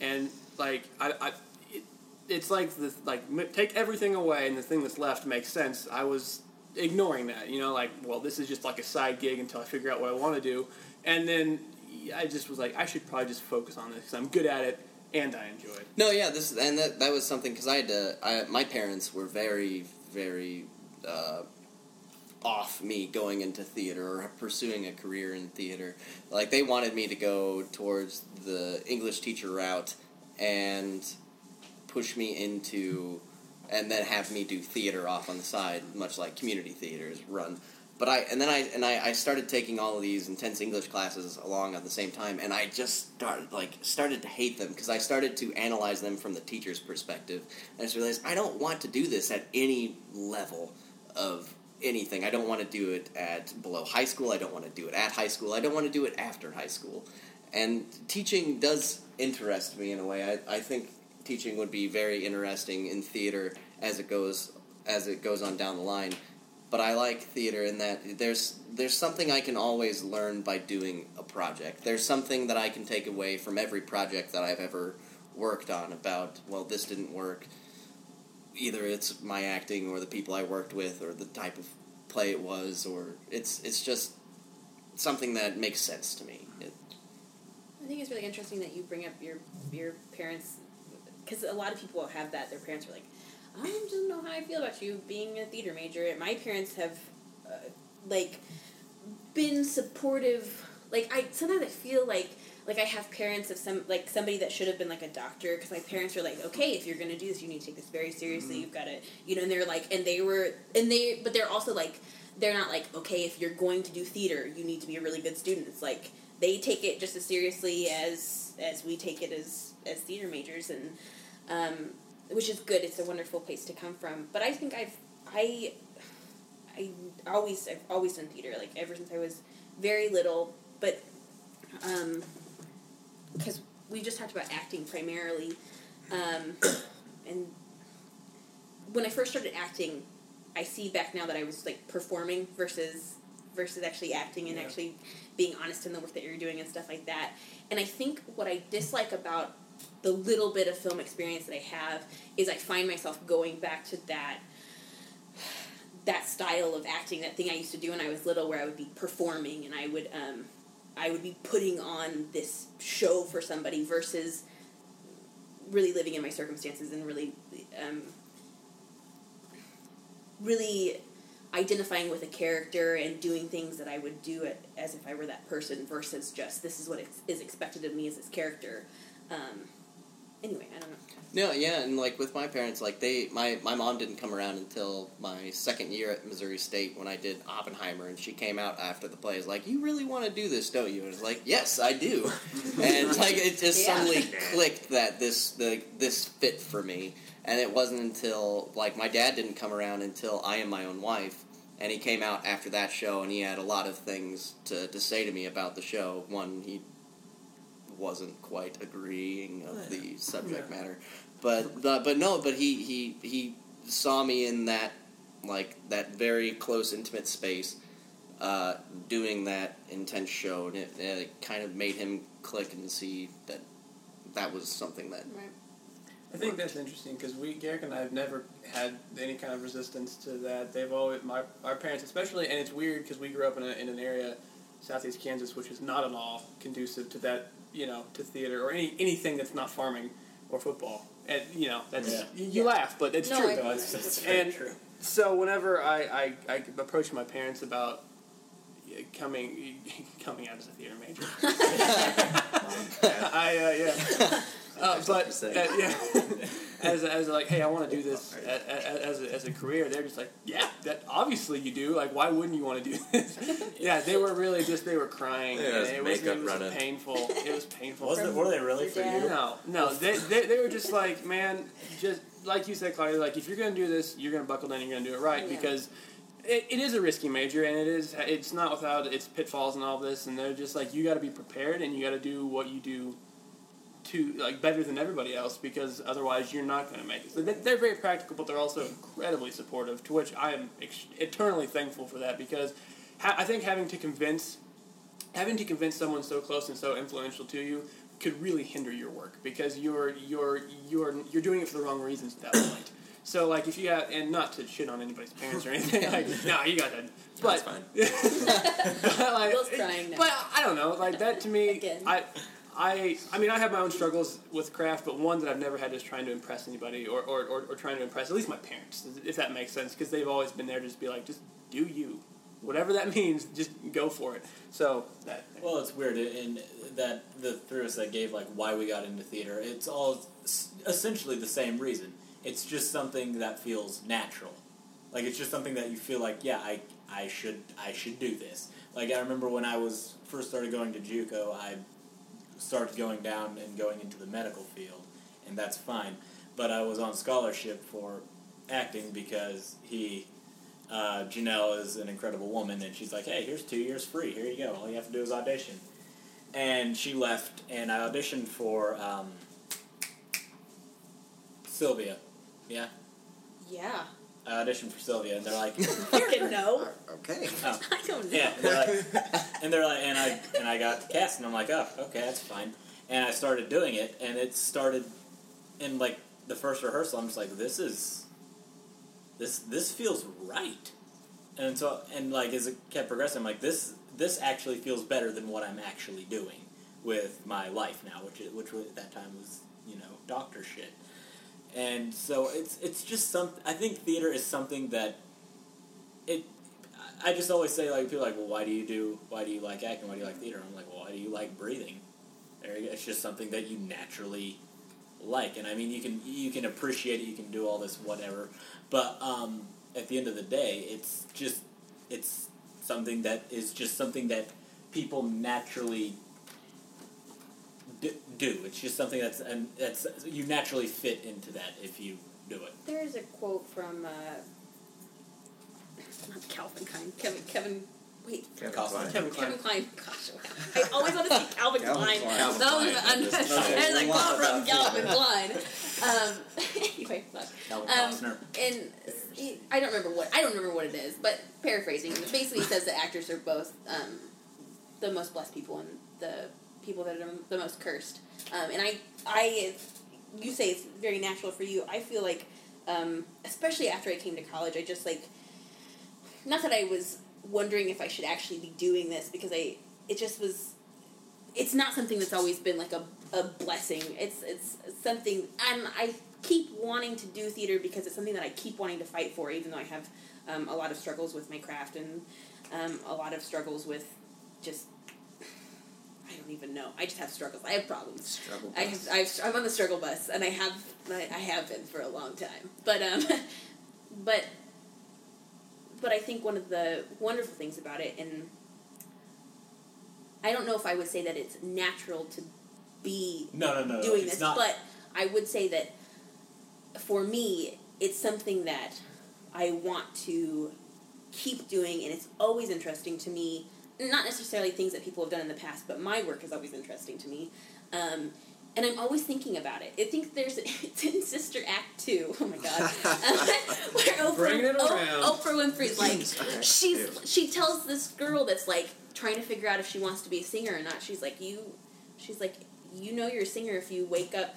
and like I. I it, it's like the like m- take everything away and the thing that's left makes sense. I was ignoring that, you know, like well, this is just like a side gig until I figure out what I want to do, and then I just was like, I should probably just focus on this because I'm good at it and I enjoy it. No, yeah, this and that that was something because I had to. I, my parents were very, very uh, off me going into theater or pursuing a career in theater. Like they wanted me to go towards the English teacher route and push me into, and then have me do theater off on the side, much like community theaters run. But I and then I and I, I started taking all of these intense English classes along at the same time, and I just started like started to hate them because I started to analyze them from the teacher's perspective. And I just realized I don't want to do this at any level of anything. I don't want to do it at below high school. I don't want to do it at high school. I don't want to do it after high school. And teaching does interest me in a way. I, I think teaching would be very interesting in theater as it goes as it goes on down the line. But I like theater in that there's there's something I can always learn by doing a project. There's something that I can take away from every project that I've ever worked on about well this didn't work either it's my acting or the people I worked with or the type of play it was or it's it's just something that makes sense to me. It, I think it's really interesting that you bring up your your parents, because a lot of people have that. Their parents are like, I don't know how I feel about you being a theater major. And my parents have, uh, like, been supportive. Like I sometimes I feel like like I have parents of some like somebody that should have been like a doctor because my parents were like, okay, if you're gonna do this, you need to take this very seriously. You've got to you know. And they're like, and they were and they but they're also like they're not like okay, if you're going to do theater, you need to be a really good student. It's like they take it just as seriously as as we take it as as theater majors and um, which is good it's a wonderful place to come from but i think i've i i always i've always done theater like ever since i was very little but um because we just talked about acting primarily um and when i first started acting i see back now that i was like performing versus versus actually acting and actually being honest in the work that you're doing and stuff like that. And I think what I dislike about the little bit of film experience that I have is I find myself going back to that that style of acting, that thing I used to do when I was little, where I would be performing and I would um, I would be putting on this show for somebody versus really living in my circumstances and really um, really identifying with a character and doing things that I would do it as if I were that person versus just this is what ex- is expected of me as this character. Um, anyway, I don't know. No, yeah, and like with my parents, like they, my my mom didn't come around until my second year at Missouri State when I did Oppenheimer, and she came out after the play. Is like, you really want to do this, don't you? And it's like, yes, I do. and like it just Yeah. suddenly clicked that this the this fit for me. And it wasn't until like my dad didn't come around until I am my own wife, and he came out after that show, and he had a lot of things to to say to me about the show. One, he wasn't quite agreeing of the subject matter, but but but no, but he he he saw me in that like that very close intimate space, uh, doing that intense show, and it, and it kind of made him click and see that that was something that I think that's interesting because we, Garrick and I, have never had any kind of resistance to that. They've always, my our parents especially, and it's weird because we grew up in, a, in an area, southeast Kansas, which is not at all conducive to that, you know, to theater or any anything that's not farming or football. And you know, that's Yeah. you, you laugh, but it's No, true. I- though. It's- and so whenever I, I, I approached my parents about yeah, coming coming out as a theater major, I uh, yeah, uh, but uh, yeah, as as like, hey, I want to do this a- a- as a, as a career. They're just like, yeah, that obviously you do. Like, why wouldn't you want to do this? yeah, they were really just they were crying. Yeah, and it's it was, makeup it was running. painful. It was painful. Was it, were they really Your for dad. you? No, no, they, they, they were just like, man, just like you said, Claudia, like if you're going to do this, you're going to buckle down, you're going to do it right Yeah. because it, it is a risky major and it is it's not without its pitfalls and all this. And they're just like, you got to be prepared and you got to do what you do to like better than everybody else because otherwise you're not going to make it. So they- they're very practical, but they're also incredibly supportive. To which I am ex- eternally thankful for that because ha- I think having to convince having to convince someone so close and so influential to you could really hinder your work because you're you're you're you're doing it for the wrong reasons at that point. So like if you got and not to shit on anybody's parents or anything like no you got that but That's fine. but, like, Will's crying now. but I don't know like that to me Again. I I I mean I have my own struggles with craft but one that I've never had is trying to impress anybody or or, or, or trying to impress at least my parents if that makes sense because they've always been there to just be like just do you whatever that means just go for it so that Well, it's weird, and that the three of us that gave like why we got into theater. It's all s- essentially the same reason. It's just something that feels natural. Like it's just something that you feel like, yeah, I I should I should do this. Like I remember when I was first started going to JUCO, I started going down and going into the medical field, and that's fine. But I was on scholarship for acting because he uh, Janelle is an incredible woman, and she's like, "Hey, here's two years free. Here you go. All you have to do is audition." And she left, and I auditioned for um, Sylvia. Yeah, Yeah, I auditioned for Sylvia, and they're like, fucking no. Okay. "Oh, I don't know. yeah." And they're like, and they're like, and I and I got cast, and I'm like, "Oh, okay, that's fine." And I started doing it, and it started in like the first rehearsal. I'm just like, "This is this this feels right. And so and like as it kept progressing, I'm like this this actually feels better than what I'm actually doing with my life now, which is, which was, at that time was you know doctor shit. And so it's it's just some. I think theater is something that it. I- I just always say like people are like well why do you do why do you like acting why do you like theater I'm like well why do you like breathing there you go. it's just something that you naturally like and i mean you can you can appreciate it you can do all this whatever but um, at the end of the day it's just it's something that is just something that people naturally d- do it's just something that's and that's you naturally fit into that if you do it There's a quote from uh, not Calvin Klein, Kevin Kevin. Wait, Kevin Cost- Klein. Kevin Klein. Gosh, I always want to say Calvin Calvin Klein. Klein. That was an there's a we quote want from that. Calvin Klein. Um, anyway, fuck. Calvin Um, Costner. and he- I don't remember what I don't remember what it is, but paraphrasing, it basically says that actors are both um, the most blessed people and the people that are the most cursed. Um, and I, I, you say it's very natural for you. I feel like, um, especially after I came to college, I just like, not that I was wondering if I should actually be doing this because I, it just was. It's not something that's always been like a, a blessing. It's it's something, and I keep wanting to do theater because it's something that I keep wanting to fight for, even though I have um, a lot of struggles with my craft and um, a lot of struggles with just I don't even know. I just have struggles. I have problems. Struggle I have, I've, I'm on the struggle bus, and I have I I have been for a long time. But um, but but I think one of the wonderful things about it, and I don't know if I would say that it's natural to be no no no, no doing it's this, not but I would say that for me, it's something that I want to keep doing, and it's always interesting to me. Not necessarily things that people have done in the past, but my work is always interesting to me. Um, and I'm always thinking about it. I think there's it's in Sister Act Two. Oh my god, where Oprah, Bringing it O- around. Oprah Winfrey's like she's she tells this girl that's like trying to figure out if she wants to be a singer or not. She's like you, she's like you know you're a singer if you wake up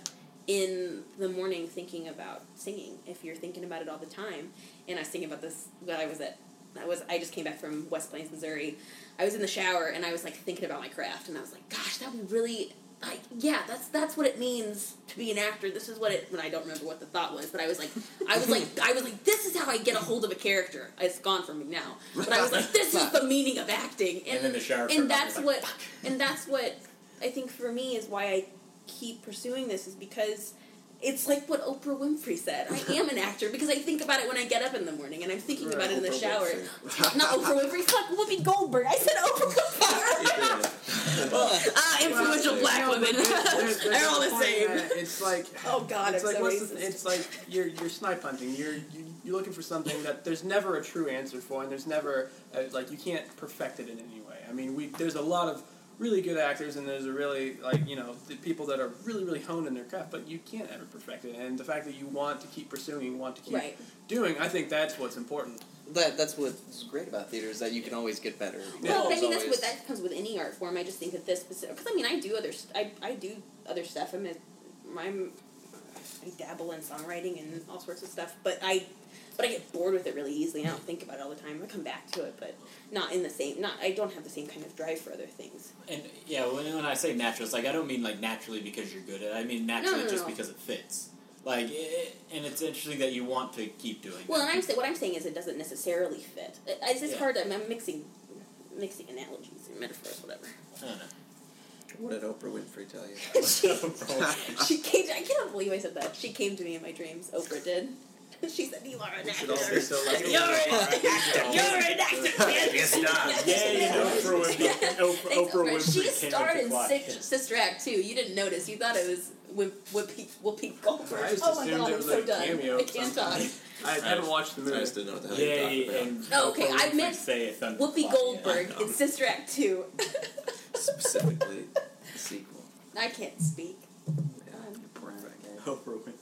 in the morning thinking about singing if you're thinking about it all the time and i was thinking about this when i was at i was i just came back from west plains missouri i was in the shower and i was like thinking about my craft and i was like gosh that would really like yeah that's that's what it means to be an actor this is what it when i don't remember what the thought was but i was like i was like i was like this is how i get a hold of a character it's gone from me now but i was like this is the meaning of acting and, then the shower and curtain, that's like, what and that's what i think for me is why i keep pursuing this is because it's like what Oprah Winfrey said. I am an actor because I think about it when I get up in the morning and I'm thinking about it in the shower. Not Oprah Winfrey, fuck Whoopi Goldberg. I said Oprah Winfrey. ah, influential black women. There's- there's They're all a the point same. that It's like Oh God, it's I'm like so what's racist. the, it's like you're you're snipe hunting. You're you, you're looking for something that there's never a true answer for, and there's never uh like you can't perfect it in any way. I mean, we there's a lot of really good actors, and there's a really like you know the people that are really really honed in their craft, but you can't ever perfect it. And the fact that you want to keep pursuing, you want to keep Right. doing, I think that's what's important. That that's what's great about theater is that you can always get better. Well, but I There's mean that's always- what that comes with any art form. I just think that this specific because I mean I do other st- I I do other stuff. I'm a, I'm I dabble in songwriting and all sorts of stuff, but I but I get bored with it really easily. I don't think about it all the time. I come back to it, but not in the same. Not I don't have the same kind of drive for other things. and yeah when, when I say natural it's like I don't mean like naturally because you're good at it I mean naturally no, just no. because it fits like it, and it's interesting that you want to keep doing Well, that. and I'm saying what I'm saying is it doesn't necessarily fit. It- It's just Yeah. hard. I'm, I'm mixing mixing analogies and metaphors, whatever. I don't know What did Oprah Winfrey tell you? she, she came. To, I cannot believe I said that. She came to me in my dreams. Oprah did. she said, "You are an should all be actor. so like You're an actor. You're an actor." It's not. Yay, Oprah Winfrey. Oprah, Oprah Thanks, Oprah. Winfrey She came starred to in watch Sit- it. Sister Act too. You didn't notice. You thought it was Whoopi Whoopi Whoopi Goldberg. I just oh my assumed god, it I'm was so like a done. cameo I or can't talk. something. I haven't watched the I movie. just didn't know what the hell you Yay, were talking about. and Oh, okay, Oprah I Winfrey meant say it's on Whoopi Fox. Goldberg in Sister Act two. Specifically, the sequel. I can't speak. Um, Oprah Winfrey. Oprah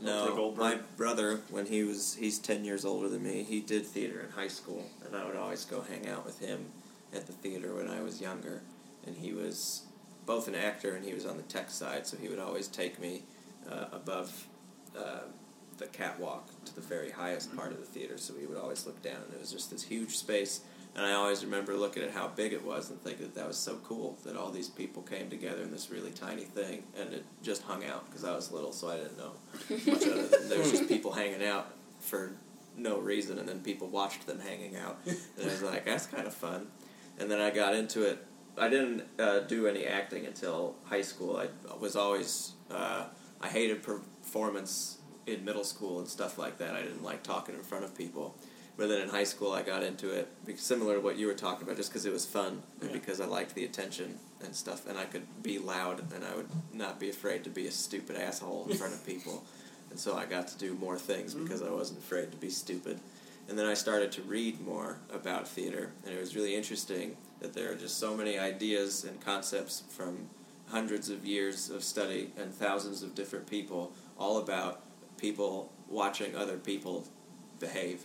No, Goldberg. my brother, when he was, he's 10 years older than me, he did theater in high school, and I would always go hang out with him at the theater when I was younger. And he was both an actor and he was on the tech side, so he would always take me uh, above uh, the catwalk to the very highest part of the theater, so we would always look down, and it was just this huge space. And I always remember looking at how big it was and thinking that that was so cool that all these people came together in this really tiny thing, and it just hung out because I was little, so I didn't know much other than there was just people hanging out for no reason, and then people watched them hanging out, and I was like, that's kind of fun. And then I got into it. I didn't uh, do any acting until high school. I was always uh, I hated performance in middle school and stuff like that. I didn't like talking in front of people. But then in high school, I got into it, be- similar to what you were talking about, just because it was fun and Yeah. because I liked the attention and stuff, and I could be loud and I would not be afraid to be a stupid asshole in front of people. And so I got to do more things because I wasn't afraid to be stupid. And then I started to read more about theater, and it was really interesting that there are just so many ideas and concepts from hundreds of years of study and thousands of different people, all about people watching other people behave.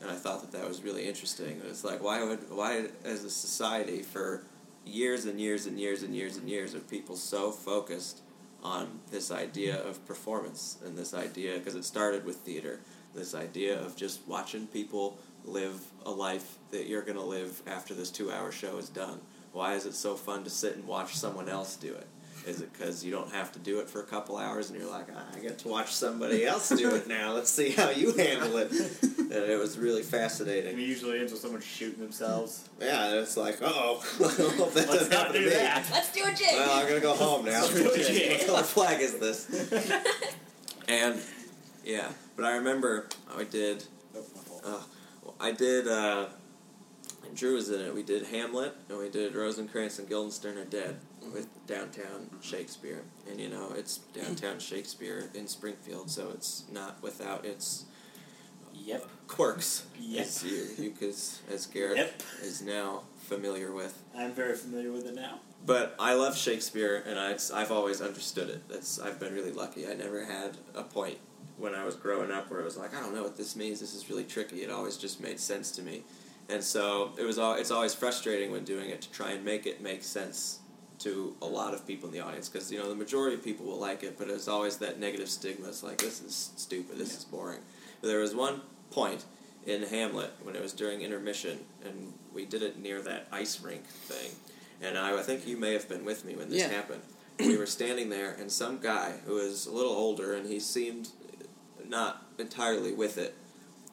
And I thought that that was really interesting. It was like, why would, why as a society for years and years and years and years and years are people so focused on this idea of performance and this idea, because it started with theater, this idea of just watching people live a life that you're going to live after this two hour show is done. Why is it so fun to sit and watch someone else do it? Is it because you don't have to do it for a couple hours and you're like, "Ah, I get to watch somebody else do it now? Let's see how you handle it. And it was really fascinating. And it usually ends with someone shooting themselves. Yeah, and it's like, oh, well, that Let's doesn't not happen to do me. that. Let's do a jig. Well, I'm gonna go home now. what color flag is this? and yeah, but I remember oh, I did. Uh, I did. Uh, and Drew was in it. We did Hamlet, and we did Rosencrantz and Guildenstern are Dead with downtown Shakespeare. And you know, it's downtown Shakespeare in Springfield, so it's not without its Yep. quirks. Yep. As you, you could, as Garrett Yep. is now familiar with. I'm very familiar with it now. But I love Shakespeare, and I, it's, I've always understood it. That's I've been really lucky. I never had a point when I was growing up where it was like, I don't know what this means. This is really tricky. It always just made sense to me, and so it was. All, it's always frustrating when doing it to try and make it make sense to a lot of people in the audience because you know the majority of people will like it, but it's always that negative stigma. It's like this is stupid. This is boring. But there was one point in Hamlet when it was during intermission, and we did it near that ice rink thing. And I, I think you may have been with me when this Yeah. happened. We were standing there, and some guy who was a little older, and he seemed not entirely with it.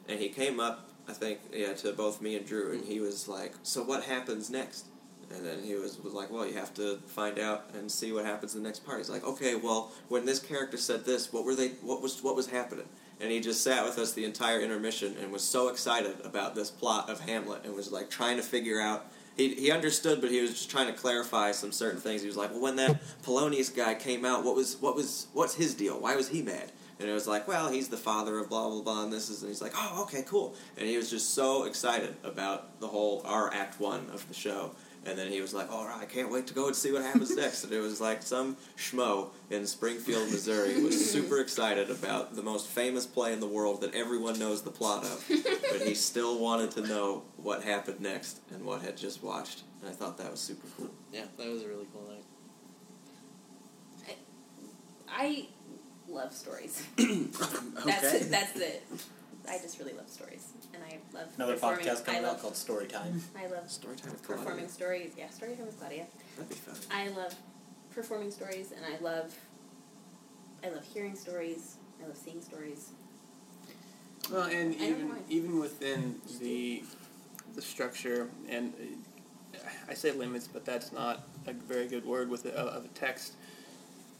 And he came up, I think, yeah, to both me and Drew, and he was like, "So what happens next?" And then he was, was like, "Well, you have to find out and see what happens in the next part." He's like, "Okay, well, when this character said this, what were they? What was what was happening?" And he just sat with us the entire intermission and was so excited about this plot of Hamlet and was like trying to figure out. He, he understood, but he was just trying to clarify some certain things. He was like, "Well, when that Polonius guy came out, what was what was what's his deal? Why was he mad?" And it was like, well, he's the father of blah blah blah, and this is, and he's like, oh, okay, cool. And he was just so excited about the whole our act one of the show. And then he was like, all right, I can't wait to go and see what happens next. And it was like some schmo in Springfield, Missouri, was super excited about the most famous play in the world that everyone knows the plot of, but he still wanted to know what happened next and what had just watched. And I thought that was super cool. Yeah, that was a really cool night. I love stories. That's Okay. that's it. I just really love stories, and I love Another performing. podcast I coming out love called Story Time. I love Story time with Claudia. performing stories. Yeah, story time with Claudia. That'd be fun. I love performing stories, and I love I love hearing stories. I love seeing stories. Well, and don't even know why. even within the the structure, and uh, I say limits, but that's not a very good word with a, of a text.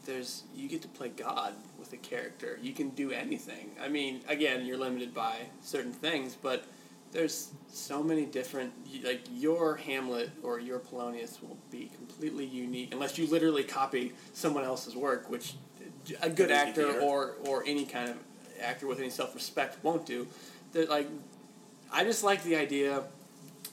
There's you get to play God with a character. You can do anything. I mean, again, you're limited by certain things, but there's so many different you- like your Hamlet or your Polonius will be completely unique unless you literally copy someone else's work, which a good Easy actor theater. or or any kind of actor with any self respect won't do. That like I just like the idea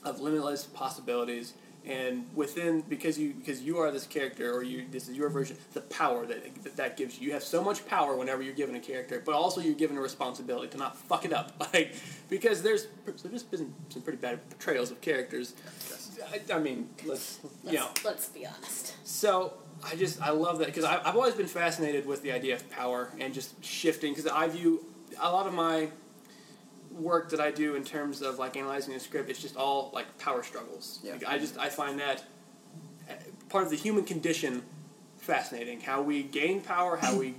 of limitless possibilities and within because you because you are this character or you this is your version the power that that, that gives you you have so much power whenever you're given a character but also you're given a responsibility to not fuck it up like because there's there's been some pretty bad portrayals of characters I, I mean let's you Let's, know let's be honest. so I just I love that because I've always been fascinated with the idea of power and just shifting because I view a lot of my work that I do in terms of like analyzing a script, it's just all like power struggles. Yeah. Like, I just I find that uh, part of the human condition fascinating. How we gain power, how we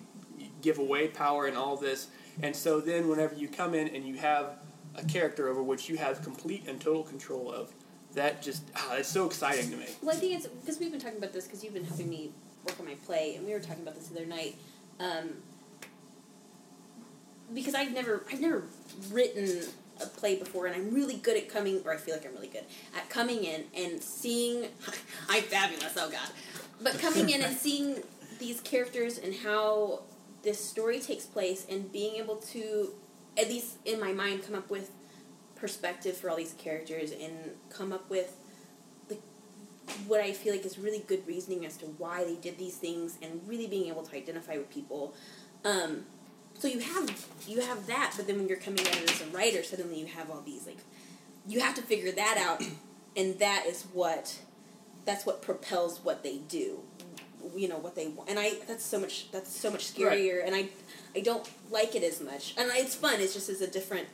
give away power, and all this. And so then, whenever you come in and you have a character over which you have complete and total control of, that just ah, it's so exciting to me. Well, I think it's because we've been talking about this because you've been helping me work on my play, and we were talking about this the other night. Um, because I've never, I've never written a play before, and I'm really good at coming, or I feel like I'm really good at coming in and seeing. I'm fabulous. Oh God, but coming in and seeing these characters and how this story takes place, and being able to, at least in my mind, come up with perspective for all these characters and come up with what I feel like is really good reasoning as to why they did these things and really being able to identify with people. Um, so you have you have that, but then when you're coming at it as a writer, suddenly you have all these like you have to figure that out, and that is what that's what propels what they do. You know what they want, and I that's so much that's so much scarier, and I I don't like it as much. And it's fun. It's just as a different.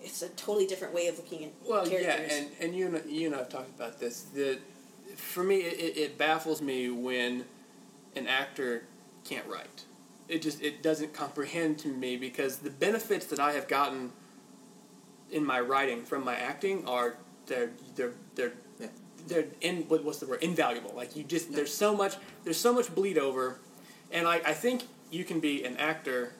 It's a totally different way of looking at Well, characters. yeah, and, and you and you and I've talked about this. That for me, it, it- it baffles me when an actor can't write. It just it doesn't comprehend to me because the benefits that I have gotten in my writing from my acting are they're they're they're Yeah. they're in what, what's the word invaluable. Like you just there's so much there's so much bleed over, and I I think you can be an actor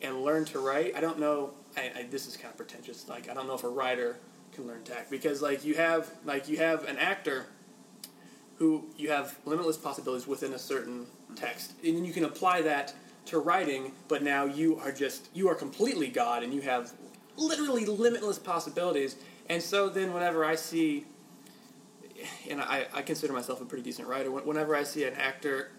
and learn to write. I don't know. I, I, this is kind of pretentious. Like I don't know if a writer can learn to act because like you have like you have an actor who you have limitless possibilities within a certain text, and then you can apply that to writing. But now you are just you are completely God, and you have literally limitless possibilities. And so then whenever I see and I, I consider myself a pretty decent writer. When- Whenever I see an actor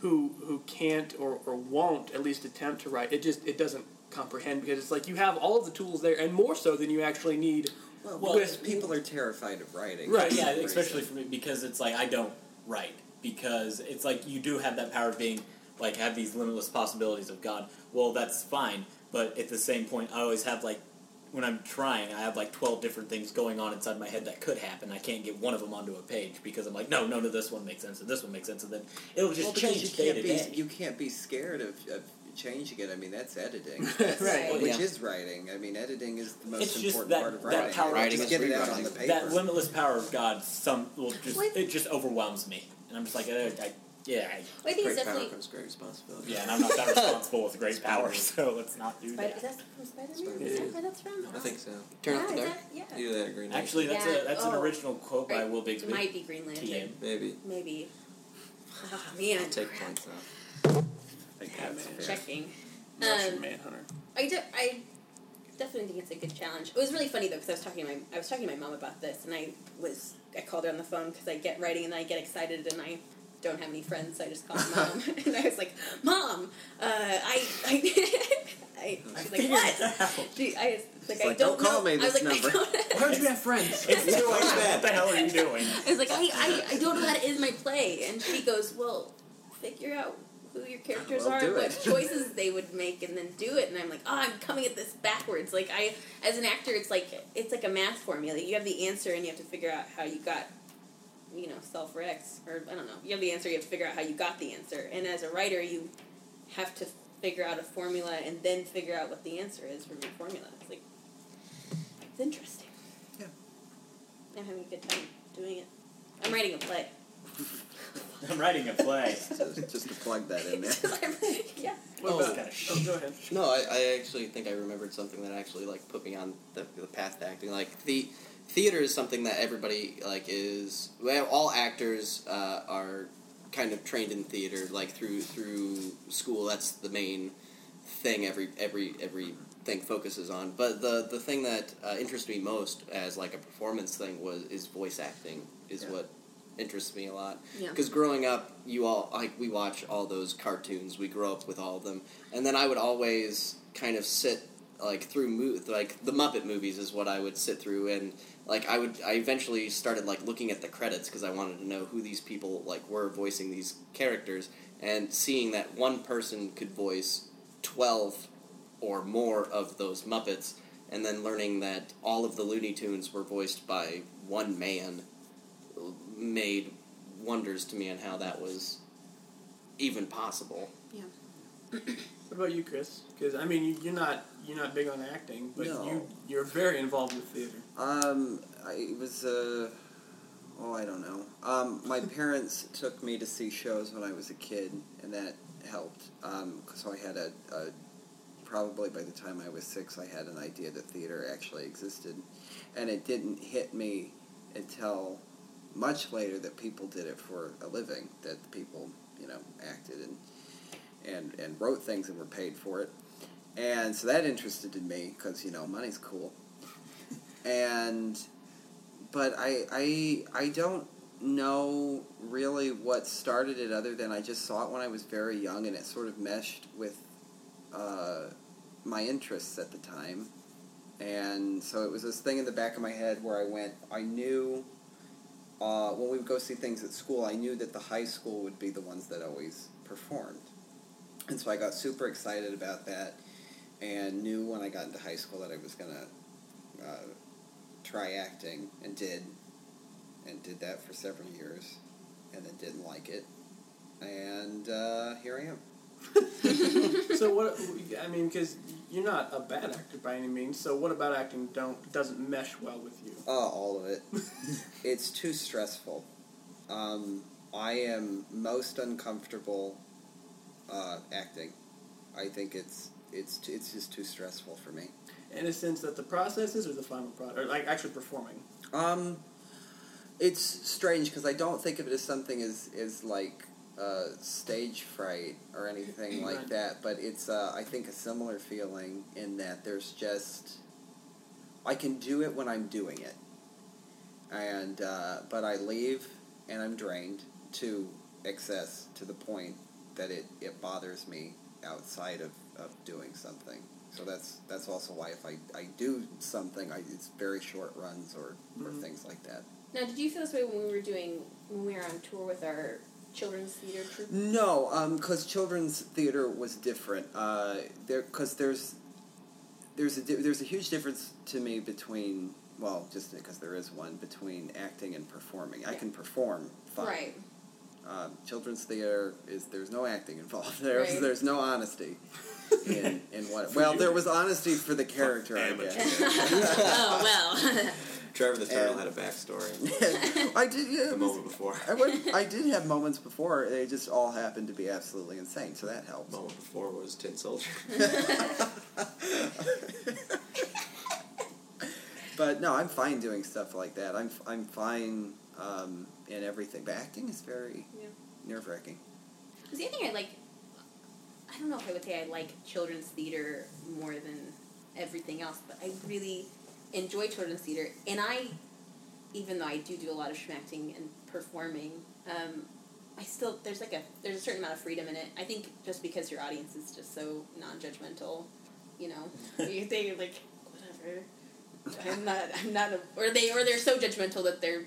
who who can't or, or won't at least attempt to write, it just it doesn't comprehend because it's like you have all of the tools there and more so than you actually need. Well, Well, because people are terrified of writing. Right, That's yeah, the especially reason. for me because it's like I don't write because it's like you do have that power of being like have these limitless possibilities of God. Well, that's fine, but at the same point, I always have like when I'm trying, I have like twelve different things going on inside my head that could happen. I can't get one of them onto a page because I'm like, no, no, no, this one makes sense, and this one makes sense, and then it'll just Well, because change you day can't to be day. you can't be scared of, of changing it. I mean, that's editing, Right. which Yeah. is writing. I mean, editing is the most It's just important that- part of that writing. power- Writing just is get it out rewriting. on the paper. That limitless power of God, some will just What? it just overwhelms me, and I'm just like, I, I, yeah, I, Well, I think it's Great power definitely. comes great responsibility. yeah, and I'm not that responsible with great power, so let's not do Spider- that. is that from Spider-Man? Spider-Man. Is that where that's from? I think so. Turn off Yeah, the is dark. that- yeah. Either that or Green Lantern. Actually, that's Yeah, a that's oh. an original quote by Right. Will It Bigsby. might be Green Lantern. TM. maybe Maybe. Oh, man. take points off. I think that's fair. Checking. Russian Um, Manhunter. I, de- I definitely think it's a good challenge. It was really funny though because I was talking to my I was talking to my mom about this, and I was I called her on the phone because I get writing and I get excited and I don't have any friends, so I just called mom and I was like, "Mom, uh, I I." I she's like, what? She, I was like, I like, don't, "Don't call know." me I was this like, I number." don't- Why don't you have friends? It's doing that. What the hell are you doing? I was like, I, I, I don't know how to end my play. And she goes, Well, figure out who your characters Well, are, do what it. choices they would make, and then do it. And I'm like, Oh, I'm coming at this backwards. Like I, as an actor, it's like it's like a math formula. You have the answer, and you have to figure out how you got, you know, self rex or I don't know. You have the answer. You have to figure out how you got the answer. And as a writer, you have to figure out a formula and then figure out what the answer is from your formula. It's like it's interesting. Yeah. I'm having a good time doing it. I'm writing a play. I'm writing a play. Just- just to plug that in there. yeah. What Oh. about? Kinda sh- Oh, go ahead. No, I, I actually think I remembered something that actually like put me on the, the path to acting. Like the theater is something that everybody like is. Well, all actors uh, are kind of trained in theater, like through through school. That's the main thing every every every thing focuses on. But the the thing that uh, interests me most as like a performance thing was is voice acting. Is Yeah. what interests me a lot Yeah. because growing up you all like we watch all those cartoons we grow up with all of them and then i would always kind of sit like through mo- like the muppet movies is what i would sit through and like i would i eventually started like looking at the credits because i wanted to know who these people like were voicing these characters and seeing that one person could voice 12 or more of those Muppets, and then learning that all of the Looney Tunes were voiced by one man made wonders to me on how that was even possible. Yeah. What about you, Chris? Because I mean, you, you're not you're not big on acting, but No. you you're very involved with theater. Um, I, it was, uh, oh, I don't know. Um, my parents took me to see shows when I was a kid, and that helped. Um, so I had a, a, probably by the time I was six, I had an idea that theater actually existed. And it didn't hit me until much later that people did it for a living, that people, you know, acted and, and, and wrote things and were paid for it. And so that interested me because, you know, money's cool and but I I I don't know really what started it other than I just saw it when I was very young and it sort of meshed with uh, my interests at the time, and so it was this thing in the back of my head where I went I knew. Uh, when we would go see things at school, I knew that the high school would be the ones that always performed. And so I got super excited about that and knew when I got into high school that I was going to uh, try acting and did and did that for several years and then didn't like it and uh, here I am. so what? I mean, because you're not a bad actor by any means. So what about acting don't doesn't mesh well with you? Oh, all of it. it's too stressful. Um, I am most uncomfortable uh, acting. I think it's it's t- it's just too stressful for me. In a sense that the processes or the final product, or like actually performing. Um, it's strange because I don't think of it as something as as like uh, stage fright or anything like Right. that. But it's uh, I think a similar feeling in that there's just I can do it when I'm doing it, and uh, but I leave and I'm drained to excess to the point that it, it bothers me outside of, of doing something. So that's that's also why if I, I do something, I, it's very short runs or, or Mhm. things like that. Now, did you feel this way when we were doing when we were on tour with our children's theater troupe? No, because children's theater was different. Uh, there, because there's there's a di- there's a huge difference to me between well, just because there is one between acting and performing. I can perform fine. Right. Um, children's theater is there's no acting involved. There's Right. there's no honesty in, in what. Well, you. there was honesty for the character, I Amateur. guess. oh well. Trevor the Turtle And- had a backstory I did. Yeah, the it was- moment before. I, would, I did have moments before. They just all happened to be absolutely insane, so that helps. moment before was Tin Soldier. But no, I'm fine doing stuff like that. I'm I'm fine um, in everything. But acting is very Yeah. nerve wracking. Because the other thing I like, I don't know if I would say I like children's theater more than everything else, but I really enjoy children's theater. And I, even though I do do a lot of schmacting and performing, um, I still there's like a there's a certain amount of freedom in it. I think just because your audience is just so non-judgmental, you know, you think you're like whatever. I'm not. I'm not. A, or they. Or they're so judgmental that they're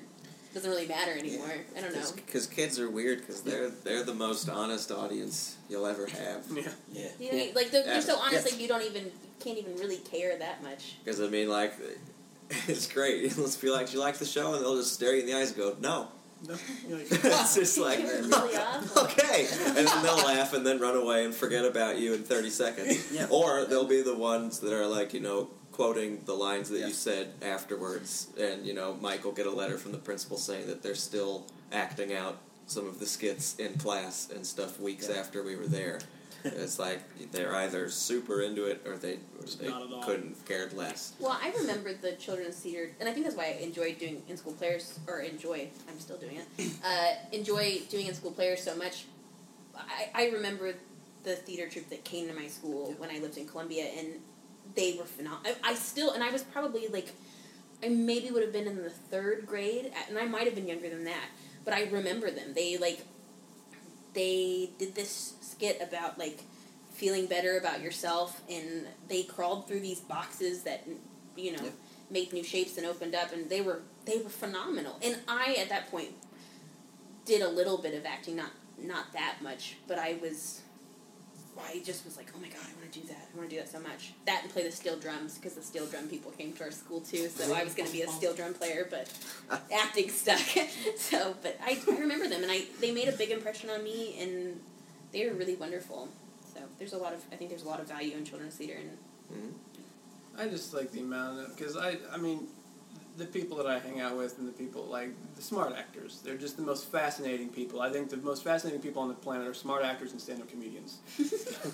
doesn't really matter anymore. I don't know. Because kids are weird. Because they're they're the most honest audience you'll ever have. Yeah. Yeah. You know, like the, you're so Yeah. honest, Yeah. like you don't even can't even really care that much. Because I mean, like, it's great. Let's be like, do you like the show? And they'll just stare you in the eyes and go, no. No, you're like, it's just like, You're really awful. okay, and then they'll laugh and then run away and forget about you in thirty seconds. Yeah. Or they'll be the ones that are like, you know. Quoting the lines that Yeah. you said afterwards, and you know, Mike will get a letter from the principal saying that they're still acting out some of the skits in class and stuff weeks Yeah. after we were there. it's like they're either super into it or they, or they not at all. couldn't cared less. Well, I remember the children's theater, and I think that's why I enjoyed doing in school players, or enjoy. I'm still doing it. Uh, enjoy doing in school players so much. I, I remember the theater troupe that came to my school when I lived in Columbia, and they were phenomenal. I, I still, and I was probably like, I maybe would have been in the third grade, and I might have been younger than that. But I remember them. They like, they did this skit about like feeling better about yourself, and they crawled through these boxes that you know Yeah. made new shapes and opened up, and they were they were phenomenal. And I at that point did a little bit of acting, not not that much, but I was I just was like, oh my god, I want to do that. I want to do that so much. That and play the steel drums because the steel drum people came to our school too. So I was going to be a steel drum player, but acting stuck. so, but I, I remember them, and I they made a big impression on me, and they were really wonderful. So there's a lot of I think there's a lot of value in children's theater, and I just like the amount of because I I mean, the people that I hang out with and the people like the smart actors. They're just the most fascinating people. I think the most fascinating people on the planet are smart actors and stand-up comedians.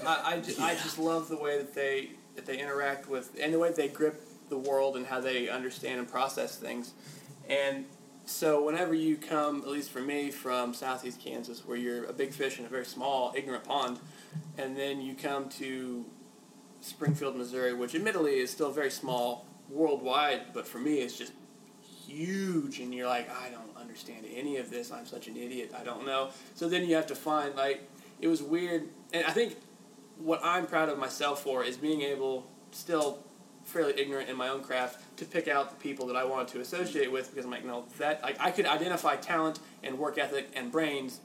I I, ju- I just love the way that they that they interact with and the way they grip the world and how they understand and process things. And so whenever you come, at least for me, from southeast Kansas, where you're a big fish in a very small, ignorant pond, and then you come to Springfield, Missouri, which admittedly is still very small worldwide, but for me it's just huge and you're like, I don't understand any of this. I'm such an idiot. I don't know. So then you have to find like it was weird and I think what I'm proud of myself for is being able still fairly ignorant in my own craft to pick out the people that I wanted to associate with because I'm like, no, that like I could identify talent and work ethic and brains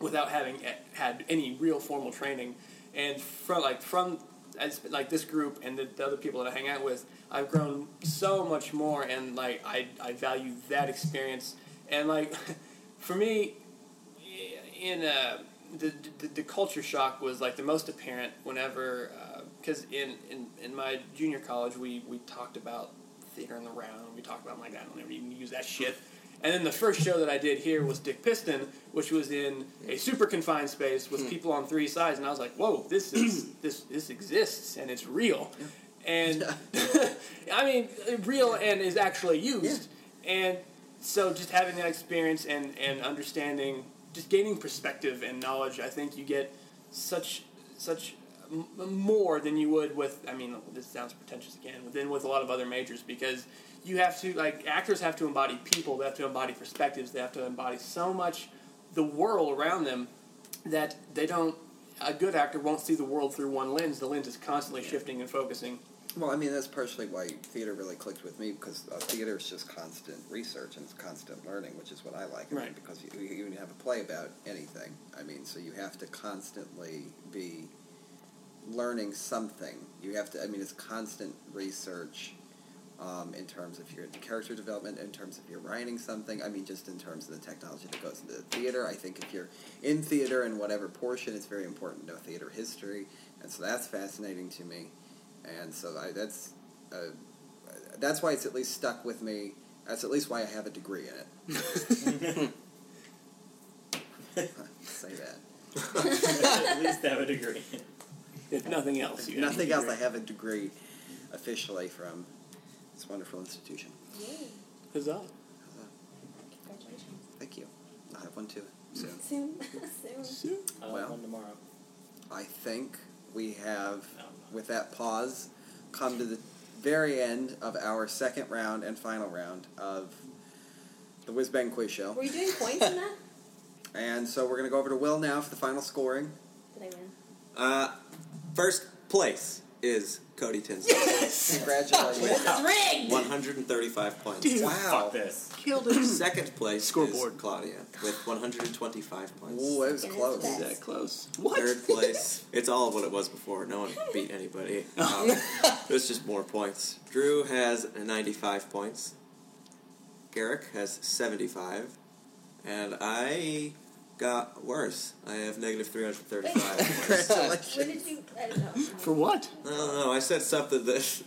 without having e- had any real formal training. And from like from as like this group and the, the other people that I hang out with, I've grown so much more, and like I I value that experience. And like for me, in uh, the, the the culture shock was like the most apparent whenever because in, in in my junior college we we talked about theater in the round and we talked about like I don't ever even use that shit. And then the first show that I did here was Dick Piston, which was in a super confined space with people on three sides, and I was like, "Whoa, this is this this exists and it's real." And I mean, real and is actually used. And so just having that experience and, and understanding, just gaining perspective and knowledge, I think you get such such m- m- more than you would with. I mean, this sounds pretentious again, but then with a lot of other majors because you have to like actors have to embody people, they have to embody perspectives, they have to embody so much the world around them that they don't. A good actor won't see the world through one lens. The lens is constantly shifting and focusing. Well, I mean, that's partially why theater really clicked with me because uh, theater is just constant research and it's constant learning, which is what I like. I mean, Right. because you, you can have a play about anything. I mean, so you have to constantly be learning something. You have to, I mean, it's constant research um, in terms of your character development, in terms of your writing something. I mean, just in terms of the technology that goes into the theater. I think if you're in theater in whatever portion, it's very important to know theater history. And so that's fascinating to me. And so I, that's uh, that's why it's at least stuck with me. That's at least why I have a degree in it. Say that. At least have a degree. If nothing else, you have Nothing to else. do I have a degree officially from this wonderful institution. it. Huzzah. congratulations. Thank you. I have one too soon. Soon, soon. Uh, Well. one tomorrow. I think we have, No, no. with that pause, come to the very end of our second round and final round of the Whiz Bang Quiz Show. Were you doing points in that? And so we're going to go over to Will now for the final scoring. Did I win? Uh, first place is Cody Tinsley. Congratulations. It's rigged. 135 points. wow. Fuck this. Second place Scoreboard. is Claudia with 125 points. Ooh, it was It is close. bad. That close. What? Third place, it's all of what it was before. No one beat anybody. Um, it's just more points. Drew has 95 points. Garrick has 75. And I got worse. I have negative 335. When did you? I don't know. For what? I don't know. I said something that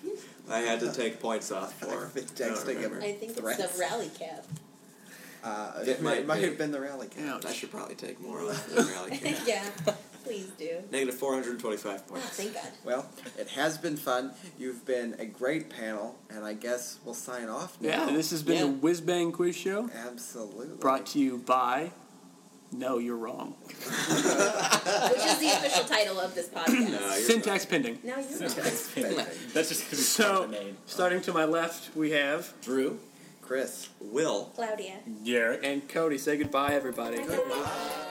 I had to take points off for. I've been I don't texting remember. I think it's Threats. the rally cap. Uh, It might be. have been the rally cap. Ouch. I should probably take more off than Rally can. yeah, please do. Negative 425 Oh, points. thank God. Well, it has been fun. You've been a great panel, and I guess we'll sign off Yeah, now. this has been the Whiz Bang Quiz Show, Absolutely. brought to you by No, You're Wrong. Which is the official title of this podcast. No, Uh, you're Syntax pending. Now you know. That's just gonna be So, the name. starting to my left, we have Drew. Chris. Will. Claudia. Garrett. and Cody. Say goodbye, everybody. Goodbye.